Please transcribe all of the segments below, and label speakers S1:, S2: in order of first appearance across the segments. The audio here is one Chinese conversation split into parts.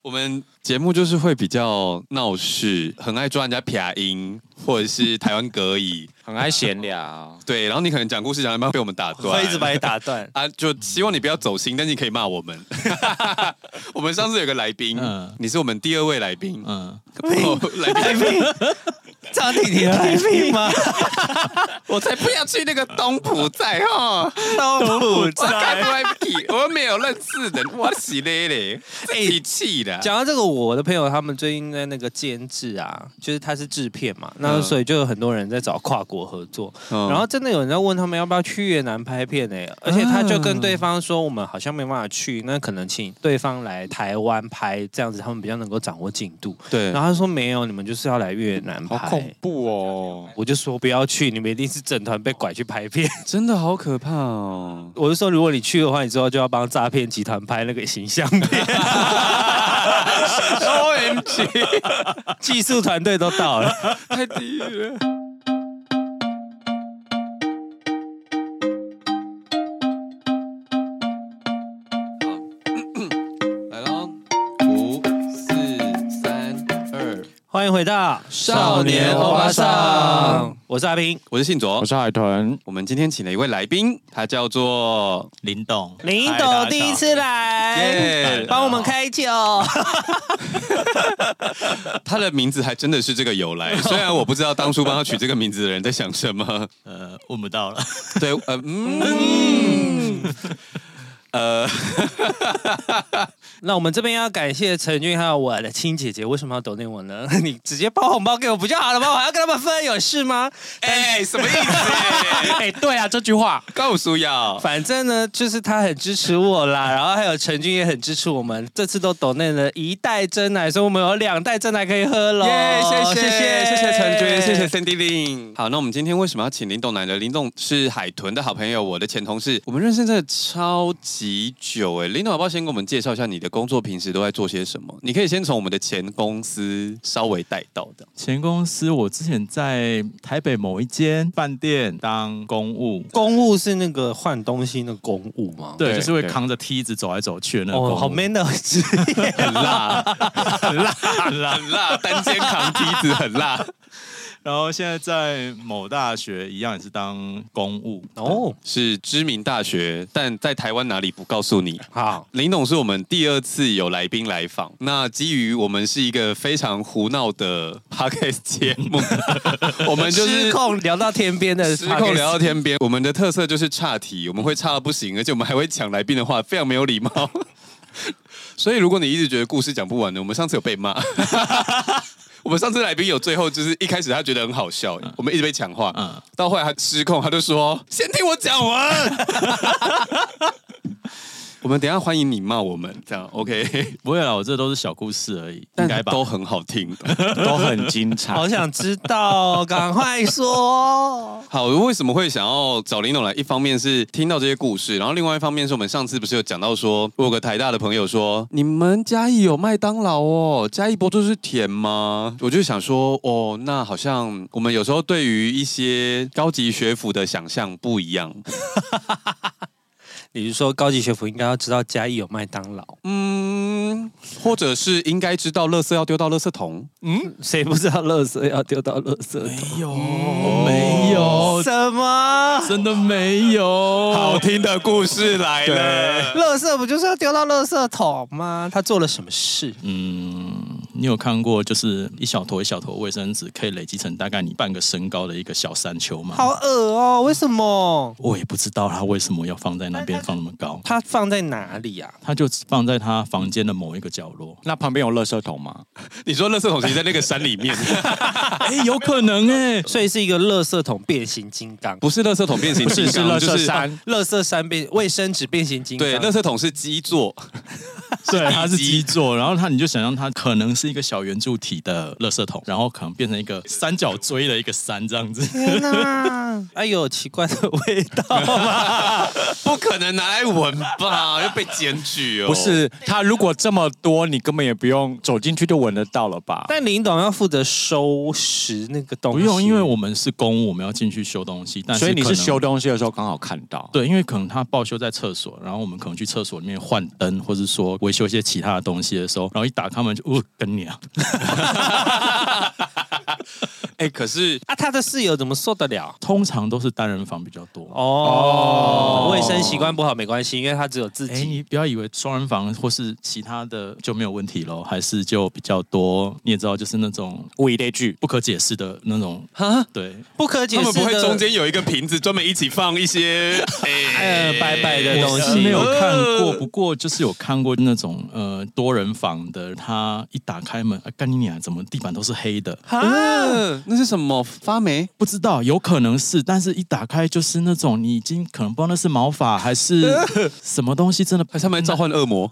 S1: 我们节目就是会比较闹事，很爱抓人家撇音，或者是台湾格 语，
S2: 很爱闲聊，
S1: 对。然后你可能讲故事讲一半被我们打断，。
S3: 会一直把你打断
S1: 啊，就希望你不要走心，但是你可以骂我 们。我们上次有个来宾，
S4: 嗯
S1: 你是我们第二位来宾，
S4: 嗯，
S1: 哦来宾
S3: 来宾， 张婷婷的来宾吗？
S1: 我才不要去那个东浦在哈，
S3: 都不
S1: 我该不
S3: 在。
S1: 会比我又没有认识的，我洗嘞 嘞，一气的。
S3: 讲到这个，我的朋友他们最近在那个监制啊，就是他是制片嘛，那
S1: 嗯
S3: 所以就有很多人在找跨国合作，
S1: 嗯
S3: 然后真的有人在问他们要不要去越南拍片呢、欸而且他就跟对方说，我们好像没办法去，那可能请对方来台湾拍，这样子他们比较能够掌握进度。
S1: 对
S3: 然后他说没有，你们就是要来越南
S2: 好恐
S3: 拍。
S2: 怖哦！
S3: 我就说不要去，你们一定是整团被拐去拍片。
S1: 真的好可怕哦！
S3: 我就说，如果你去的话，你之后就要帮诈骗集团拍那个形象片。
S1: O M G，
S3: 技术团队都到了。
S1: 太低了。好来咯五四三二，
S3: 欢迎回到
S1: 少年欧巴桑，
S3: 我是阿平
S1: 我是信卓
S2: 我，是海豚，
S1: 我们今天请了一位来宾，他叫做
S4: 林董，
S3: 林
S4: 嗨
S3: 董，第一，次来
S1: 耶，
S3: 帮我们开酒。
S1: 他的名字还真的是这个由 来，虽然我不知道当初帮他取这个名字的人在想什么。
S4: 大家好呃，问不到了，
S1: 对，呃，嗯，呃，
S3: 那我们这边要感谢陈俊还有我的亲姐姐，为什么要抖内我呢？你直接包红包给我不就好了吗？我还要跟他们分，有事吗？
S1: 哎、什么意思？
S2: 哎，对啊，这句话
S1: 告诉要，
S3: 反正呢，就是他很支持我啦，然后还有陈俊也很支持我们，这次都抖内了一袋真奶，所以我们有两袋真奶可以喝喽。
S1: 耶、谢谢
S3: 谢
S1: 谢谢陈军，谢谢 Cindy Lin。好，那我们今天为什么要请林董来呢？林董是海豚的好朋友，我的前同事，我们认识真的超级久哎。林董，好不好先给我们介绍一下你的工作，平时都在做些什么？你可以先从我们的前公司稍微带到的。
S4: 前公司我之前在台北某一间饭店当公务，
S3: 公务是那个换东西那个公务吗？
S4: 对，
S1: 对
S4: 就是会
S1: 对
S4: 扛着梯子走来走去的那个公务
S3: 哦，好 man 的职 业。
S1: 很辣，很辣，很辣，很辣，单肩扛梯子很辣。
S4: 然后现在在某大学一样也是当公务，
S3: 哦，
S1: 是知名大学，但在台湾哪里不告诉你。
S3: 好，
S1: 林董是我们第二次有来宾来访，那基于我们是一个非常胡闹的 podcast 节目，我们就
S3: 失
S1: 是。
S3: 控聊到天边的
S1: 失控聊到天边，我们的特色就是岔题，我们会岔到不行，而且我们还会抢来宾的话，非常没有礼貌。 所以如果你一直觉得故事讲不完呢，我们上次有被骂。 我们上次来宾有最后就是一开始他觉得很好笑，我们一直被抢话，
S4: 嗯
S1: 到后来他失控，他就说：“先听我讲完。” 我们等一下欢迎你骂我们，这样 OK？
S4: 不会啦，我这都是小故事而已，应
S1: 但
S4: 该吧？哦
S1: 都很好听。
S2: 都很精 彩。。
S3: 好想知道，赶快说。
S1: 好，为什么会想要找林董来？一方面是听到这些故事，然后另外一方面是我们上次不是有讲到说，我有个台大的朋友说，你们嘉义有麦当劳哦，嘉义不就是甜吗？我就想说，哦，那好像我们有时候对于一些高级学府的想象不一样。
S3: 你是说高级学府应该要知道嘉义有麦当劳？
S1: 嗯，或者是应该知道垃圾要丢到垃圾桶。
S3: 谁不知道垃圾要丢到垃圾桶？
S4: 有没有？
S3: 什么？
S4: 真的没有？
S1: 好听的故事来了。
S3: 垃圾不就是要丢到垃圾桶吗？他做了什么事？
S4: 嗯，你有看过就是一小坨一小坨卫生纸可以累积成大概你半个身高的一个小山丘吗？
S3: 好恶哦！为什么？
S4: 我也不知道他为什么要放在那边放那么高，
S3: 他放在哪里啊？
S4: 他就放在他房间的某一个角落
S2: 那旁边有垃圾桶吗？
S1: 你说垃圾桶其实在那个山 里面，
S4: 哎、有可能 哎、
S3: 所以是一个垃圾桶变形金刚，
S1: 不是垃圾桶变形金刚，
S2: 是垃圾
S1: 就是
S2: 山。
S3: 垃圾山变卫生纸变形金刚。
S1: 对，垃圾桶是基座，
S5: 哎
S4: 对，它是基座，然后它你就想象它可能是一个小圆柱体的垃圾桶，然后可能变成一个三角锥的一个山这样 子。
S3: 天哪！ 哎呦，奇怪的味道吗？
S1: 不可能拿来闻吧，又被检举哦。
S2: 不，是，它如果这么多，你根本也不用走进去就闻得到了吧？
S3: 但林董要负责收拾那个东西，
S4: 不用，因为我们是公务，我们要进去修东西，但是
S2: 所以你
S4: 可
S2: 是
S4: 能
S2: 修东西的时候刚好看到。
S4: 对，因为可能他报修在厕所，然后我们可能去厕所里面换灯，或是说维修一些其他的东西的时候，然后一打开门就，哦，跟你啊，
S5: 哎、可是
S3: 啊，他的室友怎么受得了？
S4: 通常都是单人房比较多。
S3: 哦，卫生习惯不好没关系，因为他只有自
S4: 哎、
S3: 己。
S4: 你不要以为双人房或是其他的就没有问题喽，还是就比较多。你也知道，就是那种
S1: 物以类聚，
S4: 不可解释的那种，
S3: 哈，
S4: 对，
S3: 不可解
S5: 他
S3: 释
S5: 们
S3: 的。
S5: 不会中间有一个瓶子专门一起放一些 哎
S3: 哎拜拜的东
S4: 是
S3: 西
S4: 没有看过，
S5: 呃
S4: 不过就是有看过那种呃多人房的，他一打开门，啊，干你娘，怎么地板都是黑的？
S5: 啊，那是什么发霉？
S4: 不知道，有可能是，但是一打开就是那种你已经可能不知道那是毛发还是什么东西，真的
S5: 还。是他们在召唤恶魔？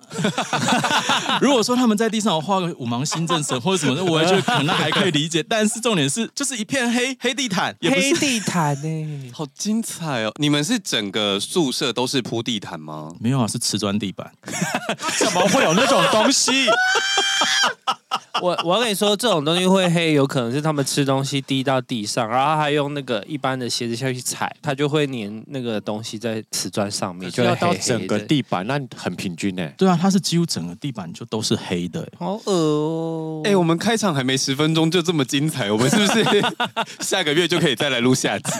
S4: 如果说他们在地上有画个五芒星阵神或者什么的，我觉得可能还可以理解，但是重点是就是一片黑黑地毯，也不
S3: 黑
S4: 是。
S3: 地毯呢、
S5: 好精彩哦！你们是整个宿舍都是铺地毯吗？
S4: 没有啊，是瓷砖地板。
S1: 怎么会有那种东 西？
S3: 我我要跟你说，这种东西会黑，有可能是他们吃东西滴到地上，然后还用那个一般的鞋子下去踩，它就会粘那个东西在瓷砖上面，就会
S1: 要
S3: 黑
S1: 到
S3: 黑
S1: 整个
S3: 的。
S1: 地板，那很平均哎。
S4: 对啊，它是几乎整个地板就都是黑的、欸
S3: 好恶哦！
S5: 哎、我们开场还没十分钟就这么精彩，我们是不是下个月就可以再来录下集？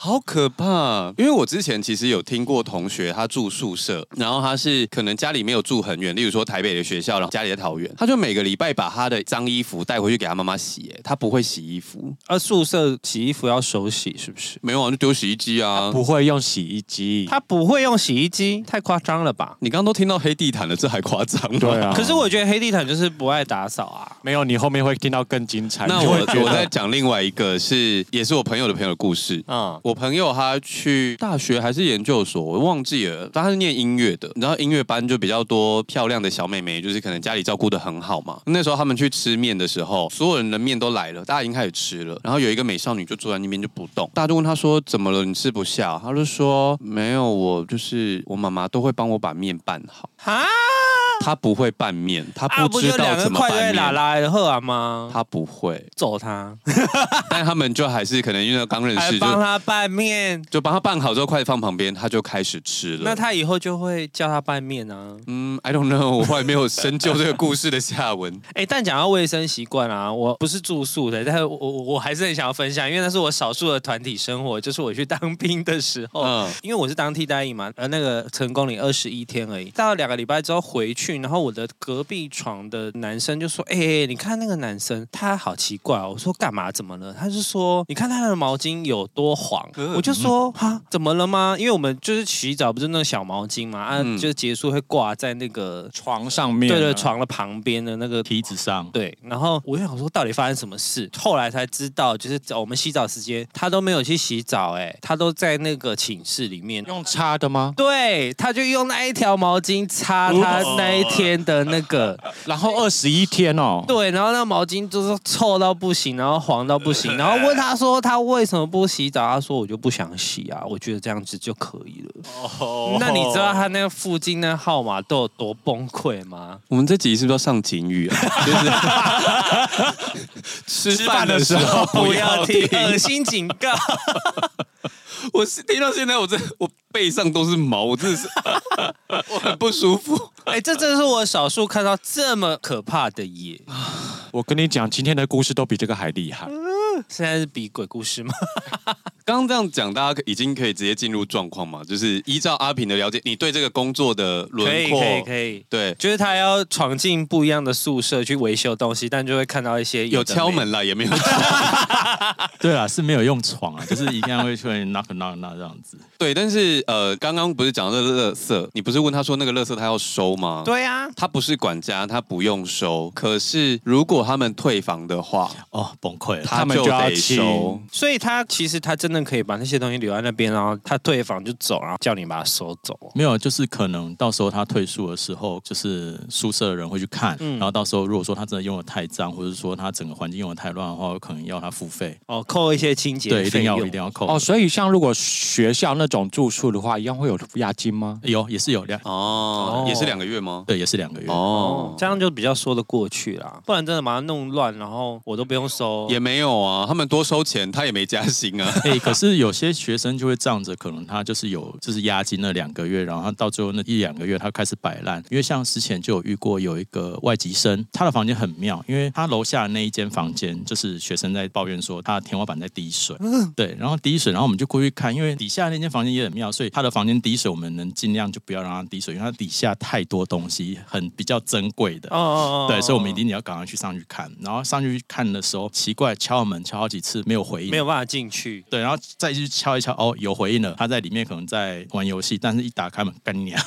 S5: 好可怕！因为我之前其实有听过同学，他住宿舍，然后他是可能家里没有住很远，例如说台北的学校，然后家里在桃园，他就每个礼拜把他的脏衣服带回去给他妈妈洗、哎，他不会洗衣服，
S3: 啊，宿舍洗衣服要手洗是不是？
S5: 没有啊，就丢洗衣机啊。
S1: 不会用洗衣机，
S3: 他不会用洗衣机，太夸张了吧？
S5: 你刚刚都听到黑地毯了，这还夸张吗？
S1: 对啊。
S3: 可是我觉得黑地毯就是不爱打扫啊。
S1: 没有，你后面会听到更精彩。
S5: 那
S1: 你
S5: 我
S1: 会觉
S5: 我
S1: 得
S5: 再讲另外一个是，也是我朋友的朋友的故事。
S3: 嗯，
S5: 我朋友他去大学还是研究所，我忘记了，但他是念音乐的，然后音乐班就比较多漂亮的小妹妹，就是可能家里照顾的很好嘛。那时候他们去吃面的时候，所有人的面都来了，大家已经开始吃了，然后有一个美少女就坐在那边就不动，大家就问她说怎么了，你吃不下？她就说没有，我就是我妈妈都会帮我把面拌好，
S3: 哈，
S5: 她不会拌面，她
S3: 啊，
S5: 知
S3: 就
S5: 道
S3: 两个
S5: 怎么
S3: 筷
S5: 拌
S3: 子拉
S5: 面。
S3: 拉的喝啊吗？
S5: 她不会，
S3: 揍他，
S5: 但他们就还是可能因为刚认
S3: 还
S5: 识，就
S3: 帮他拌面，
S5: 就帮他拌好之后，筷子放旁边，他就开始吃了。
S3: 那他以后就会叫他拌面啊。
S5: 嗯，I don't know，我后来没有深究这个故事的下 文。
S3: 哎、但讲到卫生习惯啊，我不是住宿的，但是我我我还是很想要分享，因为那是我少数的团体生活，就是我去当兵的时候，
S5: 嗯，
S3: 因为我是当替代役嘛，呃，那个成功领二十一天而已，到了两个礼拜之后回去，然后我的隔壁床的男生就说：“哎、你看那个男生，他好奇怪、哦。”我说：“干嘛？怎么了？”他就说：“你看他的毛巾有多黄。
S5: 嗯
S3: 我就说：“哈，怎么了吗？”因为我们就是洗澡不是那个小毛巾嘛，啊，
S5: 嗯
S3: 就是结束会挂在那个
S1: 床上面，
S4: 啊
S3: 对对，床的旁边的那个
S4: 梯子上，
S3: 对，然后我就想说，到底发生什么事？后来才知道，就是我们洗澡时间，他都没有去洗澡、哎，他都在那个寝室里面。
S1: 用擦的吗？
S3: 对，他就用那一条毛巾擦他那一天的那个，
S1: 然后二十一天哦，
S3: 对，然后那毛巾就是臭到不行，然后黄到不行，然后问他说他为什么不洗澡，他说我就不想洗啊，我觉得这样子就可以了。那你知道他那个附近那号码都有多崩溃吗？
S5: 我们这集是不是要上警语啊？就是吃饭的时候
S3: 不要听，恶心警告。
S5: 我是听到现在，我这我背上都是毛，我真的 是我很不舒服。
S3: 哎、这真是我少数看到这么可怕的耶！
S1: 我跟你讲，今天的故事都比这个还厉害。
S5: 嗯
S3: 现在是比鬼故事吗？
S5: 刚刚这样讲，大家已经可以直接进入状况嘛？就是依照阿平的了解，你对这个工作的
S3: 可
S5: 轮
S3: 以，
S5: 廓，
S3: 可以，可以。
S5: 对，
S3: 就是他要闯进不一样的宿舍去维修东西，但就会看到一些
S5: 有
S3: 的
S5: 敲
S3: 没的
S5: 门啦，也没有
S4: 对啊，是没有用床啊，就是一定会去 knock knock knock 这样子。
S5: 对，但是呃，刚刚不是讲到乐色，你不是问他说那个乐色他要收吗？，
S3: 对啊，
S5: 他不是管家，他不用收。可是如果他们退房的话，
S4: 哦，崩溃了。
S1: 他们
S5: 就
S1: 就要
S5: 得收。
S3: 所以他其实他真的可以把那些东西留在那边，然后他退房就走，然后叫你把它收走。
S4: 没有，就是可能到时候他退宿的时候，就是宿舍的人会去看，
S3: 嗯
S4: 然后到时候如果说他真的用的太脏，或者说他整个环境用的太乱的话，可能要他付费。
S3: 哦，扣一些清洁
S4: 对，一定要
S3: 费用
S4: 一定要扣。
S1: 哦，
S4: 哦，
S1: 所以像如果学校那种住宿的话，一样会有押金吗？
S4: 有也是有两，
S5: 哦
S3: 哦，
S5: 也是两个月吗？
S4: 对，也是两个月。
S5: 哦
S3: 哦，，这样就比较说得过去啦。不然真的把它弄乱，然后我都不用收。
S5: 也没有啊，他们多收钱，他也没加薪啊。
S4: 哎，可是有些学生就会仗着可能他就是有就是押金那两个月，然后他到最后那一两个月他开始摆烂，因为像之前就有遇过有一个外籍生，他的房间很妙，因为他楼下那一间房间就是学生在抱怨说他的天花板在滴水，对，然后滴水，然后我们就过去看，因为底下那间房间也很妙，所以他的房间滴水，我们能尽量就不要让它滴水，因为它底下太多东西，很比较珍贵的。
S3: 哦哦
S4: 对，所以我们一定也要赶快去上去看。然后上去看的时候，奇怪，敲门敲好几次没有回应，
S3: 没有办法进去。
S4: 对，然后再去敲一敲，哦，有回应了，他在里面可能在玩游戏，但是一打开门，干你啊娘！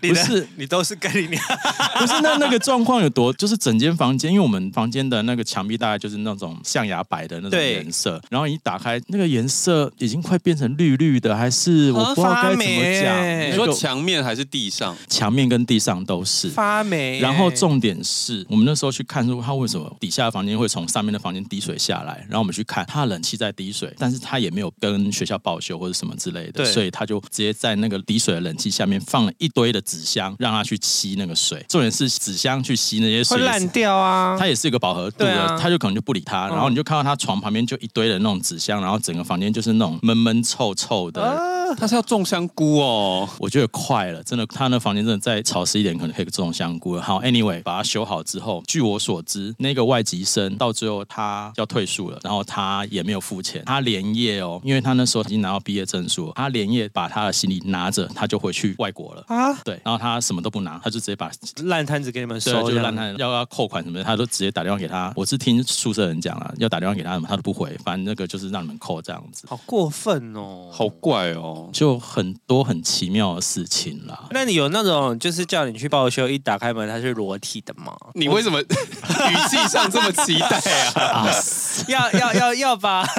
S3: 不
S4: 是，
S3: 你都是跟你娘
S4: 不是那那个状况有多，就是整间房间，因为我们房间的那个墙壁大概就是那种象牙白的那种
S3: 对
S4: 颜色，然后你一打开，那个颜色已经快变成绿绿的，还是我不知道该怎
S3: 合
S4: 么讲
S3: 发霉。
S4: 那
S5: 你说
S4: 个
S5: 墙面还是地上？
S4: 墙面跟地上都 是，
S3: 发霉。欸
S4: 然后重点是我们那时候去看，说他为什么底下的房间会从上面的房间滴水下来，然后我们去看，他的冷气在滴水，但是他也没有跟学校报修或者什么之类的，
S3: 对
S4: 所以他就直接在那个滴水的冷气下面放了一堆的纸箱，让它去吸那个水。重点是纸箱去吸那些
S3: 会
S4: 水的时候
S3: 烂掉啊。
S4: 它也是一个饱和度
S3: 对
S4: 的，
S3: 啊
S4: 他就可能就不理他，然后你就看到他床旁边就一堆的那种纸箱，然后整个房间就是那种闷闷臭臭
S3: 哦
S4: 的。
S5: 他是要种香菇哦。
S4: 我觉得快了，真的，他那房间真的再潮湿一点，可能可以种香菇了。好，anyway，把它修好之后，据我所知，那个外籍生到最后他要退宿了，然后他也没有付钱，他连夜哦，因为他那时候已经拿到毕业证书了，他连夜把他的行李拿着，他就回去外国了。
S3: 啊，
S4: 对，然后他什么都不拿，他就直接把
S3: 烂摊子给你们
S4: 对，
S3: 收，
S4: 就
S3: 这
S4: 是
S3: 样
S4: 让他要要扣款什么的，他都直接打电话给他。我是听宿舍人讲了，要打电话给他，他都不回，反正那个就是让你们扣这样子，
S3: 好过分哦，
S5: 好。怪哦！
S4: 就很多很奇妙的事情啦。
S3: 那你有那种就是叫你去报修，一打开门它是裸体的吗？
S5: 你为什 么语气上这么期待 啊？
S3: 要要要要吧？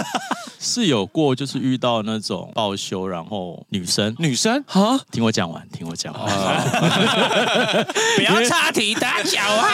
S4: 是有过，就是遇到那种报修，然后女生，
S1: 女生
S5: 啊，
S4: 听我讲完，听我讲完，
S3: 不要插题打小啊！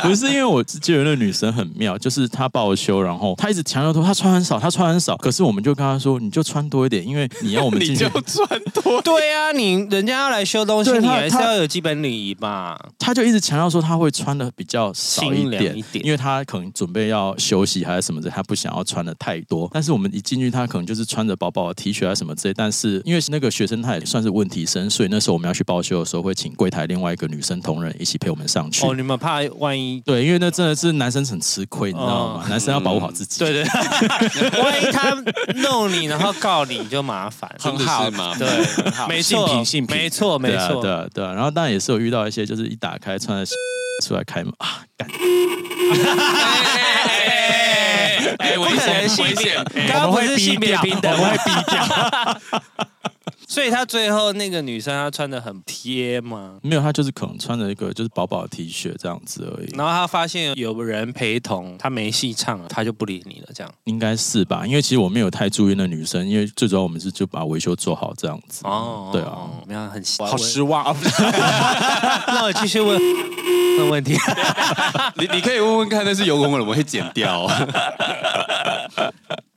S4: 不是因为我记得那个女生很妙，就是她报修，然后她一直强调说她穿很少，她穿很少，可是我们就跟她说，你就穿多一点，因为你要我们进
S5: 你
S4: 去
S5: 就，赚多
S3: 对啊，你人家要来修东西，
S4: 对
S3: 你
S4: 他
S3: 还是
S4: 他
S3: 要有基本礼仪吧？
S4: 她就一直强调说她会穿的比较少一
S3: 清凉
S4: 点，
S3: 一点
S4: 因为她可能准备要休息还是什么的，她不想要穿的太多。但是我们一进去，她可能就是穿着薄薄的 T 恤啊什么之类，但是因为那个学生她也算是问题生，所以那时候我们要去报修的时候，会请柜台另外一个女生同仁一起陪我们上去。
S3: 哦，你们怕万一
S4: 对，因为那真的是男生很吃亏，你知道吗？男生要保护好自 己。
S3: 哦嗯
S4: 啊
S3: 对对， 万一他弄你，然后告你就麻烦。
S5: 很好 嘛？
S3: 对，没
S1: 性
S3: 错
S1: 平性，平
S3: 没错，没
S4: 对啊，对
S3: 错。
S4: 啊，对啊。然后当然也是有遇到一些，就是一打开穿着出来开门啊，干！
S5: 哎，危
S3: 不可能
S5: 险
S3: 性
S5: 危
S3: 别
S5: 险！，
S3: 刚刚不是性别平等，
S1: 我会逼掉。
S3: 所以他最后那个女生她穿的很贴嘛，
S4: 没有，他就是可能穿着一个就是薄薄的 T 恤这样子而已，
S3: 然后她发现有人陪同，她没戏唱了，她就不理你了，这样。
S4: 应该是吧？因为其实我没有太注意那女生，因为最主要我们是就把维修做好这样子。
S3: 哦，
S4: 对啊，
S3: 没有很
S1: 好失望啊！
S3: 那我继续问问问题。
S5: 你你可以问问看，但是有可能我会剪掉。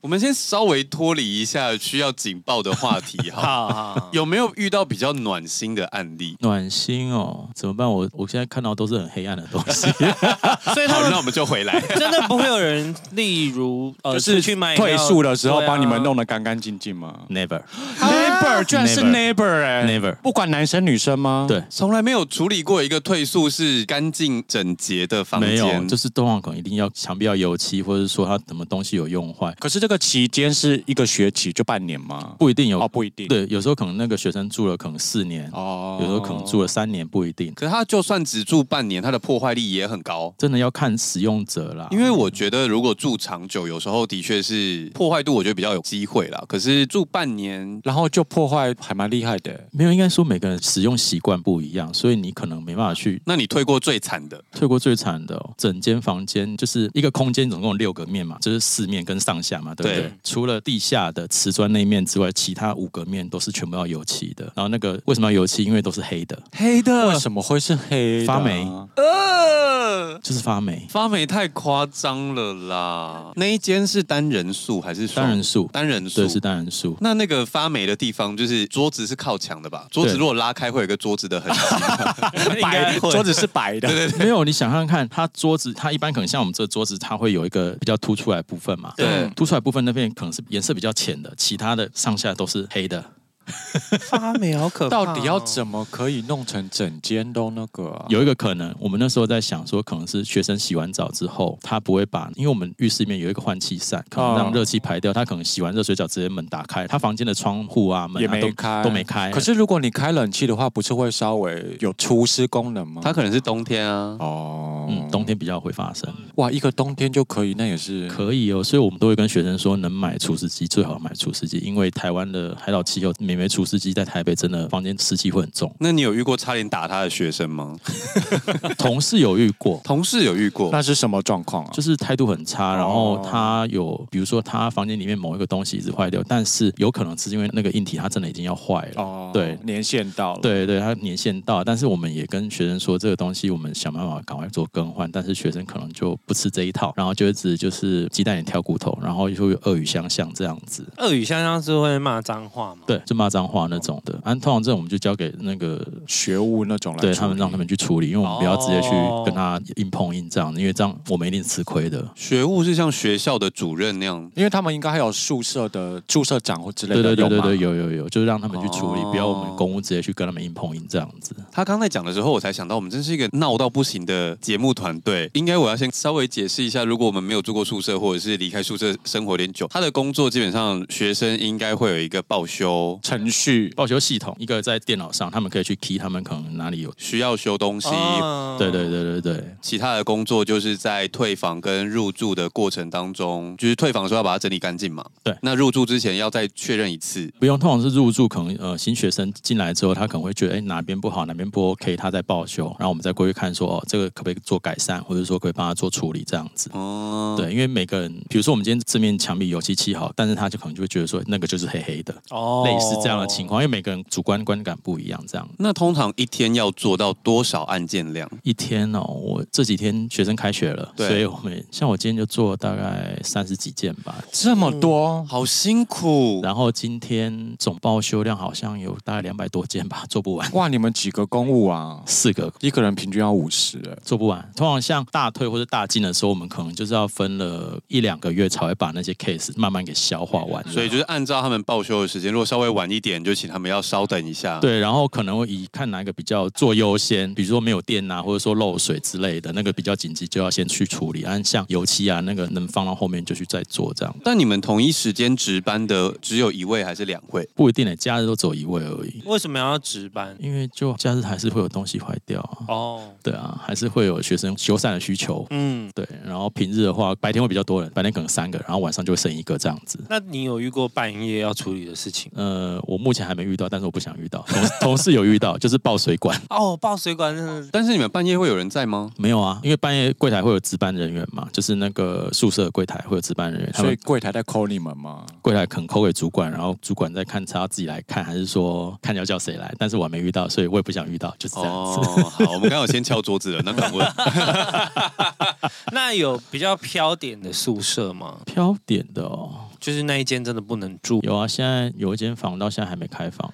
S5: 我们先稍微脱离一下需要警报的话题哈。
S3: 好好，
S5: 有没有遇到比较暖心的案例？
S4: 暖心哦，怎么办？我我现在看到都是很黑暗的东 西。
S3: 所以他
S5: 好，
S3: 们
S5: 那我们就回来。
S3: 真的不会有人，例如呃，
S1: 就是
S3: 出去买饮料
S1: 退宿的时候，
S3: 对啊
S1: 帮你们弄得干干净净吗
S4: Never，
S1: ？Neighbor 居然是
S4: Neighbor
S1: neighbor 哎
S4: Neighbor
S1: 不管男生女生
S3: 哦
S1: 吗？
S4: 对，
S5: 从来没有处理过一个退宿是干净整洁的房间，
S4: 没有，就是东方可能一定要墙壁要油漆，或者说它什么东西有用坏，
S1: 可是这个期间是一个学期，就半年吗？
S4: 不一定有
S1: 哦，不一定。，
S4: 对，有时候可能那个学生住了可能四年，
S1: 哦
S4: 有时候可能住了三年，不一定，
S5: 可是他就算只住半年，他的破坏力也很高。
S4: 真的要看使用者啦。
S5: 因为我觉得，如果住长久，有时候的确是破坏度，我觉得比较有机会啦。可是住半年，
S1: 然后就破坏还蛮厉害的。
S4: 没有，应该说每个人使用习惯不一样，所以你可能没办法去
S5: 那你退过最惨的，
S4: 退过最惨的、哦。整间房间就是一个空间，总共有六个面嘛，就是四面跟上下嘛，对不对？
S5: 对
S4: 除了地下的瓷砖那一面之外，其他五个面都是全部要油漆的。然后那个为什么要油漆？因为都是黑的，
S5: 黑的
S1: 为什么会是黑的啊
S4: 发霉
S5: 呃，
S4: 就是发霉。
S5: 发霉太夸张了啦。那一间是单人宿还是双
S4: 单人宿
S5: 单人宿
S4: 对，是单人 数。
S5: 那那个发霉的地方，就是桌子是靠墙的吧？桌子
S4: 对
S5: 如果拉开，会有一个桌子的痕迹。
S1: 白
S3: 应该会
S1: 桌子是白的，
S4: 没有，你想想看，它桌子，它一般可能像我们这个桌子，它会有一个比较凸出来的部分嘛。
S5: 对
S4: 凸出来的部分那片可能是颜色比较浅的，其他的上下都是黑的。
S1: 哦
S3: 发霉好可怕 哦、
S1: 到底要怎么可以弄成整间都那个、啊？
S4: 有一个可能，我们那时候在想说，可能是学生洗完澡之后，他不会把，因为我们浴室里面有一个换气扇，可
S1: 哦
S4: 能让热气排掉，他可能洗完热水澡直接门打开，他房间的窗户啊门
S1: 也
S4: 啊
S1: 没
S4: 都
S1: 开
S4: 都没开。
S1: 可是如果你开冷气的话，不是会稍微有除湿功能吗？
S5: 它可能是冬天啊，。
S1: 哦，
S4: 嗯，冬天比较会发生，
S1: 哇，一个冬天就可以，那也是
S4: 可以哦，所以我们都会跟学生说，能买除湿机最好买除湿机，因为台湾的海岛气候，每枚除湿机在台北真的房间湿气会很重
S5: 那你有遇过差点打他的学生吗？
S4: 同事有遇过，
S5: 同事有遇过，
S1: 那是什么状况啊？
S4: 就是态度很差，然后
S1: 哦
S4: 他有，比如说他房间里面某一个东西一直坏掉，但是有可能是因为那个硬体它真的已经要坏了。
S1: 哦
S4: 对
S1: 年限到了，，
S4: 对对，它年限到了，但是我们也跟学生说，这个东西我们想办法赶快做更换，但是学生可能就不吃这一套，然后就一直就是鸡蛋里挑骨头，然后就会有恶语相向这样子。
S3: 恶语相向是会骂脏话吗？
S4: 对，就骂脏话那种的。按、通常这种我们就交给那个
S1: 学务那种来
S4: 对
S1: 处
S4: 他们
S1: 理
S4: 让他们去处理，因为我们不要直接去
S3: 哦
S4: 跟他硬碰硬这样，因为这样我们一定吃亏的。
S5: 学务是像学校的主任那样，
S1: 因为他们应该还有宿舍的宿舍长或之类
S4: 对
S1: 的，
S4: 对对对对，
S1: 有吗
S4: 有有有，就是让他们去处理，
S5: 哦
S4: 不要我们公务直接去跟他们硬碰硬这样子。
S5: 他刚才讲的时候，我才想到我们真是一个闹到不行的节目团队。应该我要先稍微解释一下，如果我们没有住过宿舍，或者是离开宿舍生活有点久，他的工作基本上学生应该会有一个报修，
S1: 程序
S4: 报修系统一个在电脑上，他们可以去 key 他们可能哪里有。
S5: 需要修东西。
S3: 哦
S4: 对对对对对，
S5: 其他的工作就是在退房跟入住的过程当中，就是退房的时候要把它整理干净嘛。
S4: 对
S5: 那入住之前要再确认一次。
S4: 不用，通常是入住，可能呃新学生进来之后，他可能会觉得哎哪边不好，哪边不 OK，他在报修，然后我们再过去看说哦这个可不可以做改善，或者说可不可以帮他做处理这样子。
S5: 哦，
S4: 对，因为每个人，比如说我们今天这面墙壁油漆漆好，但是他就可能就会觉得说那个就是黑黑的，
S3: 哦
S4: 类似这样的情。况，因为每个人主观观感不一样，这样。
S5: 那通常一天要做到多少案件量？
S4: 一天哦，我这几天学生开学了，
S5: 对
S4: 所以我们像我今天就做了大概三十几件吧，
S5: 哦
S1: 这么多，
S5: 好辛苦，
S4: 然后今天总报修量好像有大概两百多件吧， 做不完，
S1: 哇，你们几个公务啊？
S4: 四个
S1: 一个人平均要五十，
S4: 做不完。通常像大退或者大进的时候，我们可能就是要分了一两个月才会把那些 case 慢慢给消化完，啊
S5: 所以就是按照他们报修的时间，如果稍微晚一点，就请他们要稍等一下。，
S4: 对，然后可能会以看哪一个比较做优先，比如说没有电啊，或者说漏水之类的，那个比较紧急就要先去处理。按像油漆啊，那个能放到后面就去再做，这样
S5: 但你们同一时间值班的只有一位还是两位？
S4: 不一定呢、欸假日都走一位而已，
S3: 为什么要值班？
S4: 因为就假日还是会有东西坏掉啊。
S3: 哦，
S4: 对啊，还是会有学生修缮的需求。
S3: 嗯，
S4: 对，啊然后平日的话，白天会比较多人，白天可能三个，然后晚上就会剩一个这样子。
S3: 那你有遇过半夜要处理的事情？
S4: 呃，我目前还没遇到，但是我不想遇到。同同事有遇到，就是爆水管。
S3: 哦，爆水管真的是
S5: 但是你们半夜会有人在吗？
S4: 没有啊，因为半夜柜台会有值班人员嘛，就是那个宿舍的柜台会有值班人员，他
S1: 所以
S4: 们
S1: 柜台在扣你们吗？
S4: 柜台肯扣给主管，然后主管再看他自己来看，还是说看要叫谁来？但是我还没遇到，所以我也不想遇到，就是
S5: 啊
S4: 这样子。，
S5: 哦好，我们刚刚有先敲桌子了，那 敢问？
S3: 那有比较飘点的宿舍吗？
S4: 飘点的哦，
S3: 就是那一间真的不能住，
S4: 有啊，现在有一间房到现在还没开放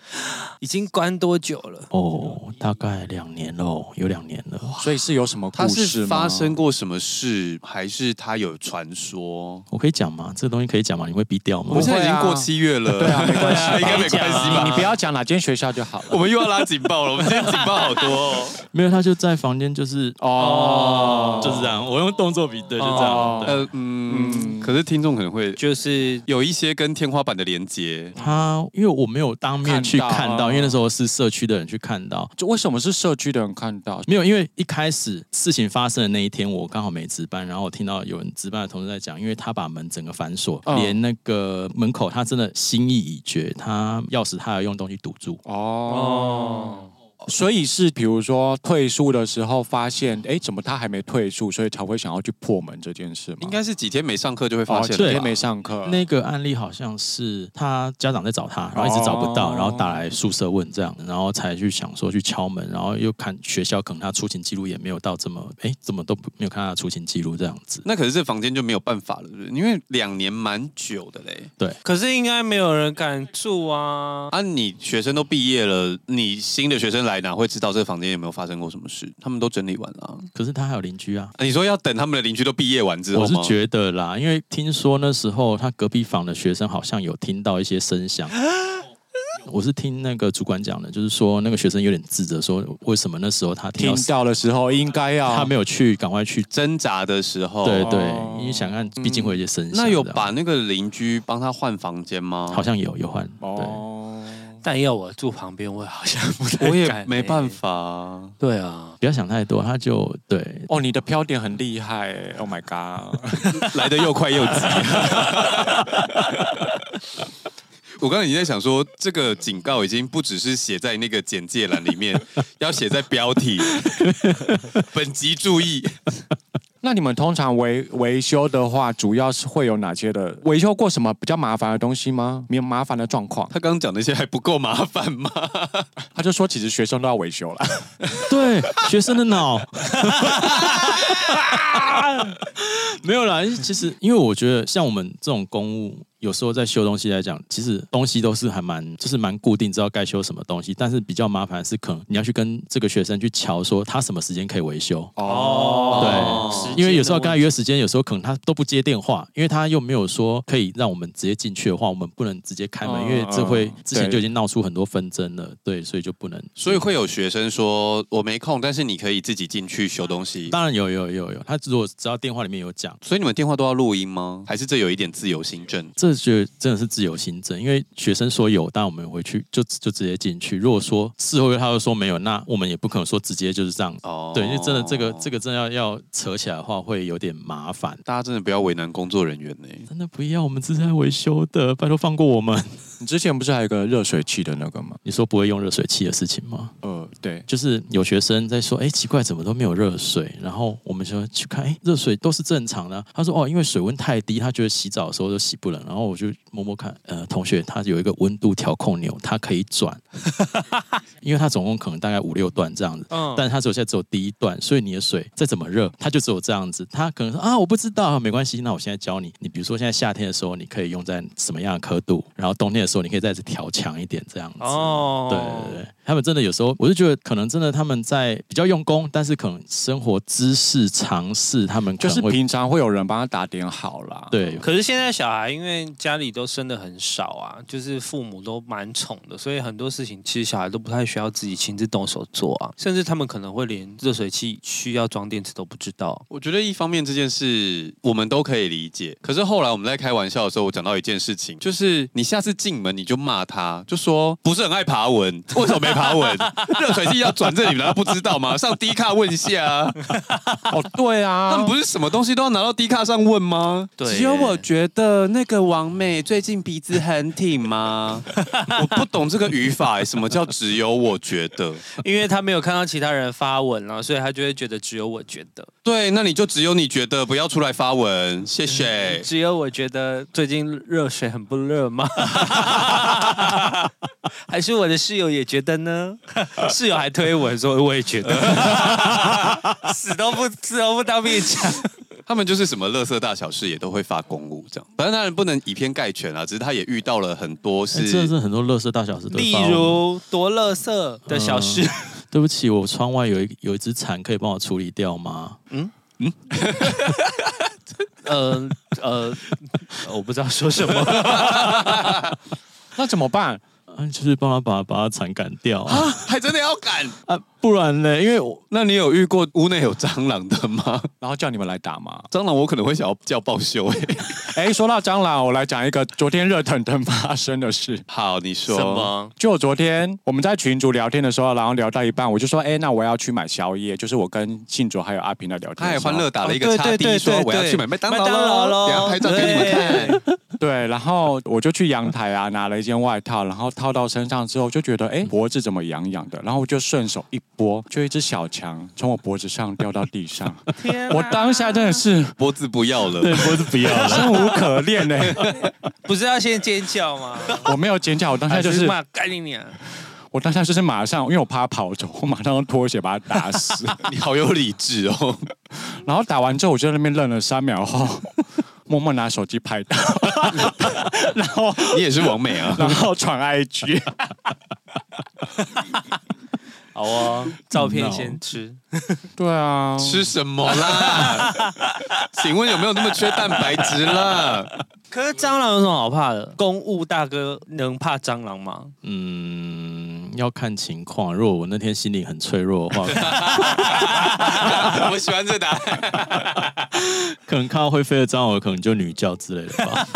S3: 已经关多久了？
S4: 哦，大概两年喽，有两年了。
S1: 所以是有什么
S5: 他
S1: 故事
S5: 是
S1: 吗？
S5: 发生过什么事，还是他有传说？
S4: 我可以讲吗？这个东西可以讲吗？你会逼掉
S5: 我
S4: 吗
S5: 们？现在已经
S1: 不会啊
S5: 过七月 了，
S1: 对啊，没关系吧，
S5: 应该没关系
S3: 吧
S1: 你你不要讲哪间学校就好了。
S5: 我们又要拉警报了，我们今天警报好多、哦。
S4: 没有，他就在房间，就是
S1: 哦，
S4: 就是这样。我用动作比对，就这样。
S1: 哦
S4: 对
S5: 呃嗯，可是听众可能会
S3: 就是
S5: 有一些跟天花板的连接，
S4: 他因为我没有当面去
S1: 看到
S4: 看到，因为嗯那时候是社区的人去看到，
S1: 就为什么是社区的人看到？
S4: 没有，因为一开始事情发生的那一天，我刚好没值班，然后我听到有人值班的同事在讲，因为他把门整个反锁，
S1: 嗯
S4: 连那个门口他真的心意已决，他钥匙他要用东西堵住。
S1: 哦，
S3: 哦，
S1: 所以是比如说退宿的时候发现，哎，怎么他还没退宿，所以才会想要去破门这件事吗？
S5: 应该是几天没上课就会发
S1: 哦，
S5: 现
S1: 今
S5: 了吧。
S1: 天没上课，
S4: 那个案例好像是他家长在找他，然后一直找不到，
S1: 哦
S4: 然后打来宿舍问这样，然后才去想说去敲门，然后又看学校，可能他出勤记录也没有到这么，哎，怎么都没有看他的出勤记录这样子。
S5: 那可是这房间就没有办法了，是不是因为两年蛮久的嘞。
S3: 可是应该没有人敢住啊。
S5: 啊，你学生都毕业了，你新的学生来哪会知道这个房间有没有发生过什么事？他们都整理完了啊、
S4: 可是他还有邻居啊。
S5: 啊你说要等他们的邻居都毕业完之后
S4: 我是
S5: 吗？
S4: 觉得啦，因为听说那时候他隔壁房的学生好像有听到一些声响。我是听那个主管讲的，就是说那个学生有点自责，说为什么那时候他听
S1: 听
S4: 到
S1: 到的时候应该要
S4: 他没有去，赶快去。
S5: 挣扎的时候，
S4: 对对
S1: 哦，
S4: 因为想看，毕竟会有一些声响的。啊
S5: 那有把那个邻居帮他换房间吗？
S4: 好像有有换，对，
S1: 哦，
S3: 但要我住旁边，我好像不太
S5: 我也
S3: 敢
S5: 没办。
S3: 欸
S5: 法啊。
S3: 对啊，
S4: 不要想太多，他就对。
S1: 哦，你的飘点很厉害欸，Oh my god！
S5: 来的又快又急。我刚刚已经在想说，这个警告已经不只是写在那个简介栏里 面，要写在标 题。本集注意，
S1: 那你们通常维维修的话，主要是会有哪些的？维修过什么比较麻烦的东西吗？没有麻烦的状况，
S5: 他刚刚讲那些还不够麻烦吗？
S1: 他就说其实学生都要维修了。
S4: 对，学生的脑。没有啦，其实因为我觉得像我们这种公务，有时候在修东西来讲，其实东西都是还蛮就是蛮固定，知道该修什么东西。但是比较麻烦的是，可能你要去跟这个学生去瞧，说他什么时间可以维修。
S5: 哦
S3: 时间
S4: 因为有时候
S3: 的
S4: 跟他
S3: 问题
S4: 约时间，有时候可能他都不接电话，因为他又没有说可以让我们直接进去的话，我们不能直接开门，
S1: 嗯
S4: 因为这会
S1: 嗯嗯
S4: 之前就已经闹出很多纷争了，对，所以就不能。
S5: 所以会有学生说我没空，但是你可以自己进去修东西。
S4: 当然有有有有，他如果只要电话里面有讲，
S5: 所以你们电话都要录音吗？还是这有一点自由行政？
S4: 这就真的是自由行政，因为学生说有，但我们回去就就直接进去。如果说事后他又说没有，那我们也不可能说直接就是这样。
S5: 哦
S4: 对，因为真的这个这个真的要要扯起来的话，会有点麻烦。
S5: 大家真的不要为难工作人员呢、
S4: 真的不要，我们是在维修的，拜托放过我们。
S1: 你之前不是还有一个热水器的那个吗？
S4: 你说不会用热水器的事情吗？
S1: 呃，对，
S4: 就是有学生在说，哎，奇怪，怎么都没有热水？然后我们就去看，哎，热水都是正常的啊。他说，哦，因为水温太低，他觉得洗澡的时候都洗不冷。然后我就摸摸看，呃，同学，他有一个温度调控钮，它可以转， 因为它总共可能大概五六段这样子。
S3: 嗯
S4: 但它只有现在只有第一段，所以你的水再怎么热，它就只有这样子。它可能说啊，我不知道，没关系，那我现在教你。你比如说现在夏天的时候，你可以用在什么样的刻度，然后冬天的时候，你可以再调强一点这样子。
S3: 哦，
S4: 对对对，他们真的有时候，我就觉得可能真的他们在比较用功，但是可能生活知识尝试，他们可
S1: 就
S4: 能
S1: 是
S4: 会
S1: 平常会有人帮他打点好啦。，
S4: 对哎
S3: 可是现在小孩因为家里都生的很少啊，就是父母都蛮宠的，所以很多事情其实小孩都不太需要自己亲自动手做啊，甚至他们可能会连热水器需要装电池都不知道。
S5: 我觉得一方面这件事我们都可以理解，可是后来我们在开玩笑的时候，我讲到一件事情，就是你下次进门你就骂他，就说不是很爱爬文，为什么没爬文？热水器要转这里，难道不知道吗？上 D 卡问一下啊，
S1: 哦，对
S5: 他
S1: 啊
S5: 们，不是什么东西都要拿到 D 卡上问吗？
S3: 对
S5: 觉得那个王美最近鼻子很挺吗？我不懂这个语法、哎什么叫只有我觉得？
S3: 因为他没有看到其他人发文了、所以他就会觉得只有我觉得，
S5: 对，那你就只有你觉得，不要出来发文，谢谢。
S3: 只有我觉得最近热水很不热吗？ 还是我的室友也觉得呢？室友还推文说我也觉得，死都不死都不当面讲。
S5: 他们就是什么垃圾大小事也都会发公务这样，反正当然不能以偏概全啊，只是他也遇到了很多
S4: 哎真的
S5: 是。
S4: 是很多乐色大小事都会
S3: 例
S4: 发我们。
S3: 如多乐色的小事，
S4: 对不起，我窗外有一有一只蝉，可以帮我处理掉吗？
S3: 呃呃，我不知道说 什么。
S1: 那怎么办？
S4: 嗯、就是帮他把把它蝉赶掉啊
S5: 啊，还真的要赶？
S4: 啊，不然呢？因为我
S5: 那你有遇过屋内有蟑螂的吗？
S1: 然后叫你们来打吗？
S5: 蟑螂我可能会想要叫报修、欸。
S1: 哎，说到蟑螂，我来讲一个昨天热腾腾发生的事。
S5: 好，你说？？
S1: 就昨天我们在群组聊天的时候，然后聊到一半，我就说，哎，那我要去买宵夜，就是我跟信卓还有阿平在聊天的时候，
S5: 他也欢乐打了一个
S3: 哦对
S5: 叉
S3: 对
S5: D，
S3: 对
S5: 说
S3: 对
S5: 我要
S3: 对
S5: 去买麦当
S3: 麦当劳
S5: 劳喽，
S3: 咯
S5: 等一下拍照给你们看。
S1: 对，然后我就去阳台啊，拿了一件外套，然后套到身上之后，就觉得哎，脖子怎么痒痒的？然后我就顺手一拨，就一只小强从我脖子上掉到地上。
S3: 天啊
S1: 我当下真的是
S5: 脖子不要了，
S4: 对脖子不要了，
S1: 生无可恋呢、
S3: 不是要先尖叫吗？
S1: 我没有尖叫，我当下就
S3: 还
S1: 是，
S3: 骂干你娘！
S1: 我当下就是马上，因为我怕它跑走，我马上用拖鞋把它打死。
S5: 你好有理智哦。
S1: 然后打完之后，我就在那边愣了三秒后，默默拿手机拍到，然后
S5: 你也是王美啊，
S1: 然后传 IG。
S3: 好哦，照片先吃。
S1: 对啊，
S5: 吃什么 啦？请问有没有那么缺蛋白 质了？
S3: 可是蟑螂有什么好怕的？公务大哥能怕蟑螂吗？
S4: 嗯，要看情况。如果我那天心里很脆弱的话，
S5: 我喜欢这答案。
S4: 可能看到会飞的蟑螂，我可能就女教之类的吧。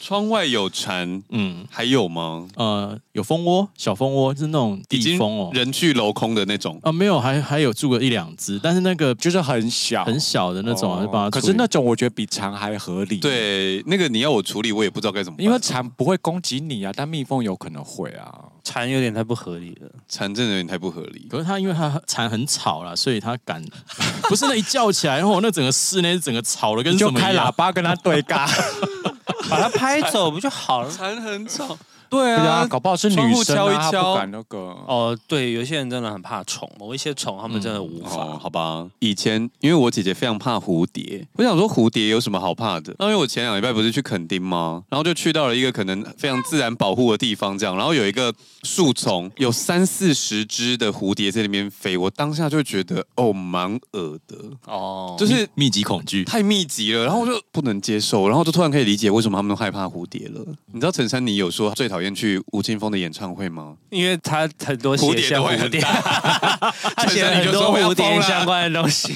S5: 窗外有蝉，
S4: 嗯，
S5: 还有吗？
S4: 呃，有蜂窝，小蜂窝是那种
S5: 已
S4: 地
S5: 经
S4: 蜂哦。
S5: 人去楼空的那种。
S4: 啊，没有，还还有住过一两只，但是那个
S1: 就是很小
S4: 很小的那种啊，就把
S1: 哦
S4: 它处
S1: 可
S4: 理。
S1: 是那种我觉得比蝉还合理。。
S5: 对，那个你要我处理，我也不知道该怎么办。
S1: 因为蝉不会攻击你啊，但蜜蜂有可能会啊。
S3: 蝉有点太不合理了。
S5: 蝉真的有点太不合理。
S4: 可是它因为它蝉很吵啦，所以它敢， 不是那一叫起来，然哦后那整个室内整个吵的跟
S1: 你
S4: 什
S1: 就
S4: 么一
S1: 开喇
S4: 样。
S1: 叭跟它对啊尬，
S3: 把它拍走不就好了？
S5: 蝉很吵，对
S1: 对啊，搞不好是
S5: 窗
S1: 女
S5: 户
S1: 生
S5: 敲一
S1: 啊，她
S5: 敲
S1: 不敢那个。哦，
S3: 哦，对，有些人真的很怕虫，某一些虫他们真的无
S5: 哦，
S3: 法。
S5: 好吧。以前因为我姐姐非常怕蝴蝶，我想说蝴蝶有什么好怕的？那因为我前两礼拜不是去垦丁吗？然后就去到了一个可能非常自然保护的地方，这样，然后有一个树丛，有三四十只的蝴蝶在那边飞，我当下就觉得哦，蛮恶的，
S3: 哦，
S5: 就是是。
S4: 密集恐惧，
S5: 太密集了，然后我就不能接受，然后就突然可以理解为什么他们都害怕蝴蝶了。你知道陈珊妮有说最讨厌去吴青峰的演唱会吗？
S3: 因为它很多
S5: 蝴
S3: 写
S5: 蝶
S3: 像
S5: 都会
S3: 蝴
S5: 很
S3: 蝶，
S5: 大
S3: 他写了很多蝴蝶相关的东西。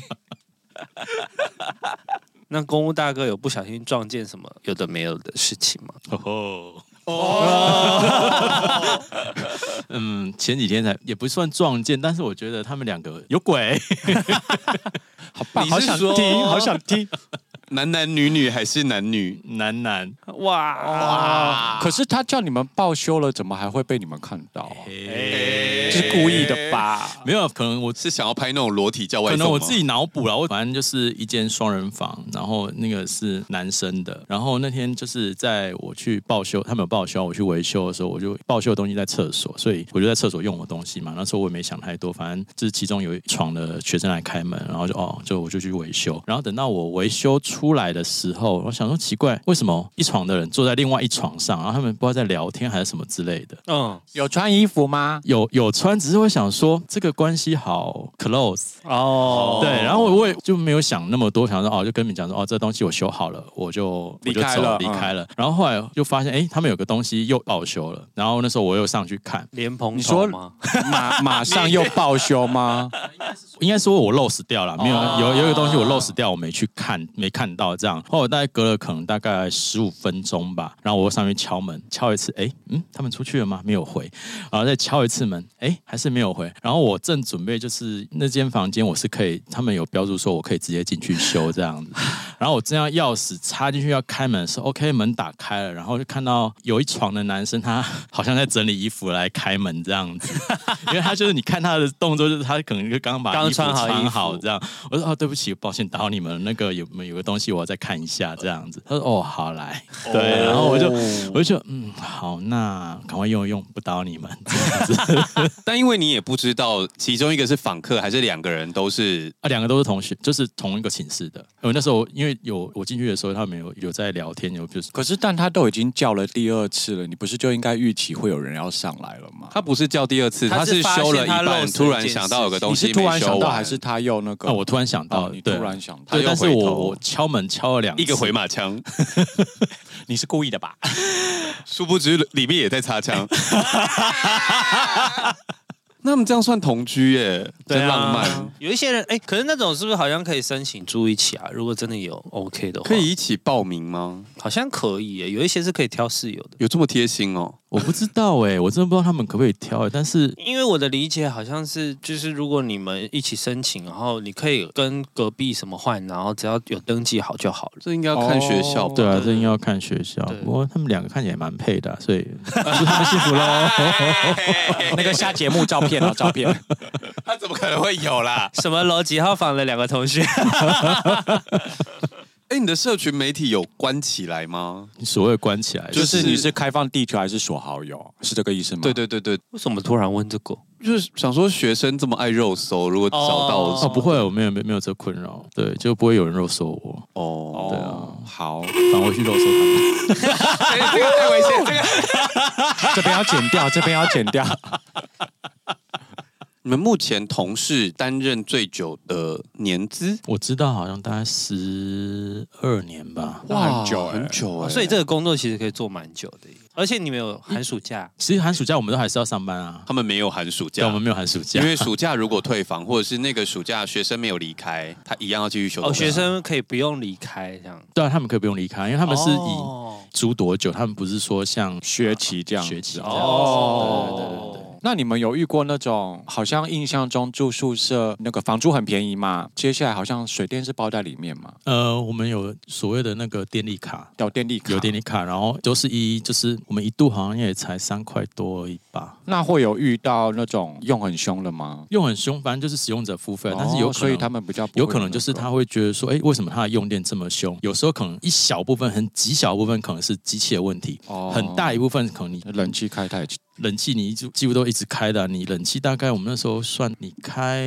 S3: 那公务大哥有不小心撞见什么有的没有的事情吗？
S4: 哦。 嗯，前几天才也不算撞见，但是我觉得他们两个有鬼。
S1: 好棒，
S5: 你
S1: 好
S5: 是
S1: 想
S5: 说
S1: 听，好想听。
S5: 男男女女还是男女？
S4: 男男，
S3: 哇！
S1: 可是他叫你们报修了，怎么还会被你们看到 啊？
S4: 诶
S1: 是故意的吧？
S4: 没有，可能我
S5: 是想要拍那种裸体叫外
S4: 可
S5: 送吗
S4: 能我自己脑补了，我反正就是一间双人房，然后那个是男生的，然后那天就是在我去报修，他们有报修，我去维修的时候，我就报修的东西在厕所，所以我就在厕所用我东西嘛。那时候我也没想太多，反正就是其中有一床的学生来开门，然后就哦，就我就去维修，然后等到我维修出来的时候，我想说奇怪，为什么一床的人坐在另外一床上，然后他们不知道在聊天还是什么之类的。
S3: 嗯，
S1: 有穿衣服吗？
S4: 有有穿，只是会想说这个关系好 close，
S3: 哦，
S4: 对，然后我我也就没有想那么多，想说哦，就跟你们讲说哦，这东西我修好了，我就我
S1: 离
S4: 就
S1: 开
S4: 走
S1: 了
S4: 离
S1: 嗯
S4: 开了。然后后来就发现，哎，他们有个东西又报修了。然后那时候我又上去看，
S3: 莲蓬
S1: 你说
S3: 头吗？
S1: 马马上又报修吗？
S4: 应该说我 lost 掉
S1: 哦
S4: 了，没有有有一个东西我 lost 掉，我没去看，没看到这样。后来我大概隔了可能大概十五分钟吧，然后我又上去敲门，敲一次，哎，嗯，他们出去了吗？没有回，然后再敲一次门，哎，还是没有回。然后我正准备就是那间房间我是可以，他们有标注说我可以直接进去修这样子。然后我正要钥匙插进去要开门的时候，OK，门打开了，然后就看到有一床的男生，他 好像在整理衣服来开门这样子， 因为他就是你看他的动作，就是他可能就刚把
S3: 刚
S4: 衣服
S3: 穿好衣
S4: 穿
S3: 服
S4: 好这样。我说哦，对不起，抱歉打扰你们，那个有没有有个东西我要再看一下这样子。他说哦，好来，
S5: 哦
S4: 对，然后我就我就觉得嗯好，那赶快用一用，不打扰你们。
S5: 但因为你也不知道其中一个是访客还是两个人都是
S4: 啊，两个都是同学，就是同一个寝室的。我那时候因为有我进去的时候，他们有有在聊天，有就是
S1: 可是，但他都已经叫了第二次了，你不是就应该预期会有人要上来了吗？
S5: 他不是叫第二次，
S3: 他
S5: 他
S3: 是
S5: 是修了一
S3: 发现他
S5: 半，
S3: 漏
S5: 突然
S3: 水一件
S5: 想到有个
S1: 你
S5: 东
S1: 是
S5: 西没
S1: 突然
S5: 修
S1: 想到，
S5: 完
S1: 还是他又那个？
S4: 啊，我突然想到，
S1: 哦你
S4: 对
S1: 突然想到
S4: 对，
S5: 他又
S4: 但是
S5: 回
S4: 我
S5: 头
S4: 我敲门敲了两次
S5: 一个回马枪？
S1: 你是故意的吧？
S5: 殊不知里面也在擦枪。 那我们这样算同居耶，真浪漫。。
S3: 啊有一些人哎，可是那种是不是好像可以申请住一起啊？如果真的有 OK 的话，
S5: 可以，一起报名吗？
S3: 好像可以耶。有一些是可以挑室友的，
S5: 有这么贴心哦？
S4: 我不知道哎、我真的不知道他们可不可以挑哎、但是
S3: 因为我的理解好像是，就是如果你们一起申请，然后你可以跟隔壁什么换，然后只要有登记好就好了。
S5: 这应该要看学校吧
S1: 哦
S4: 对啊，
S3: 对
S4: 这应该要看学校。
S3: 对
S4: 不过他们两个看起来蛮配的啊、所以 祝他们幸福喽。
S1: 那个下节目照片啊，照片。
S5: 他怎么可能会有 啦？
S3: 什么楼几号房的两个同学？
S5: 哎，你的社群媒体有关起来吗？
S4: 所谓关起来，
S1: 就
S4: 就是
S1: 是你是开放地球还是锁好友？是这个意思吗？
S5: 对对对对，
S3: 为什么突然问这个？
S5: 就是想说学生这么爱肉搜，如果找到
S3: 哦
S4: 哦，不会，我没有没有没有这困扰，对，就不会有人肉搜我，
S5: 哦，
S4: 对啊，
S1: 好，
S4: 返回去肉搜他们。
S5: 啊
S3: 这个太危险，这个
S1: 这边要剪掉，这边要剪 掉。
S5: 你们目前同事担任最久的年资，
S4: 我知道好像大概十二年吧。
S1: 哇很久欸
S5: 很久哎，
S3: 所以这个工作其实可以做蛮久的耶，而且你们有寒暑假，哦
S4: 其实寒暑假我们都还是要上班啊，
S5: 他们没有寒暑
S4: 对，
S5: 假
S4: 我们。没有寒暑假
S5: 因，为暑假如果退房，或者是那个暑假学生没有离开，他一样要继续休。
S3: 哦，学生可以不用离开这样。
S4: 对啊，他们可以不用离开，因为他
S3: 他
S4: 们是以
S3: 哦
S4: 租多久，他们不是说像
S1: 学期这样子
S4: 学期这样子
S1: 哦
S4: 对对对对对。
S1: 那你们有遇过那种好像印象中住宿舍那个房租很便宜嘛？接下来好像水电是包在里面嘛？
S4: 呃，我们有所谓的那个电力卡，
S1: 有电力卡，
S4: 有电力卡，然后都是一，就是我们一度好像也才三块多而已吧，
S1: 那会有遇到那种用很凶的吗？
S4: 用很凶，反正就是使用者付费，但是有可
S1: 哦
S4: 能
S1: 所以他们比较不会
S4: 有可能就是他会觉得说，哎，为什么他的用电这么凶？有时候可能一小部分，很极小部分可能是机器的问题，
S1: 那个哦
S4: 很大一部分可能你
S1: 冷气开太
S4: 冷气你就几乎都一直开的啊、你冷气大概我们那时候算你开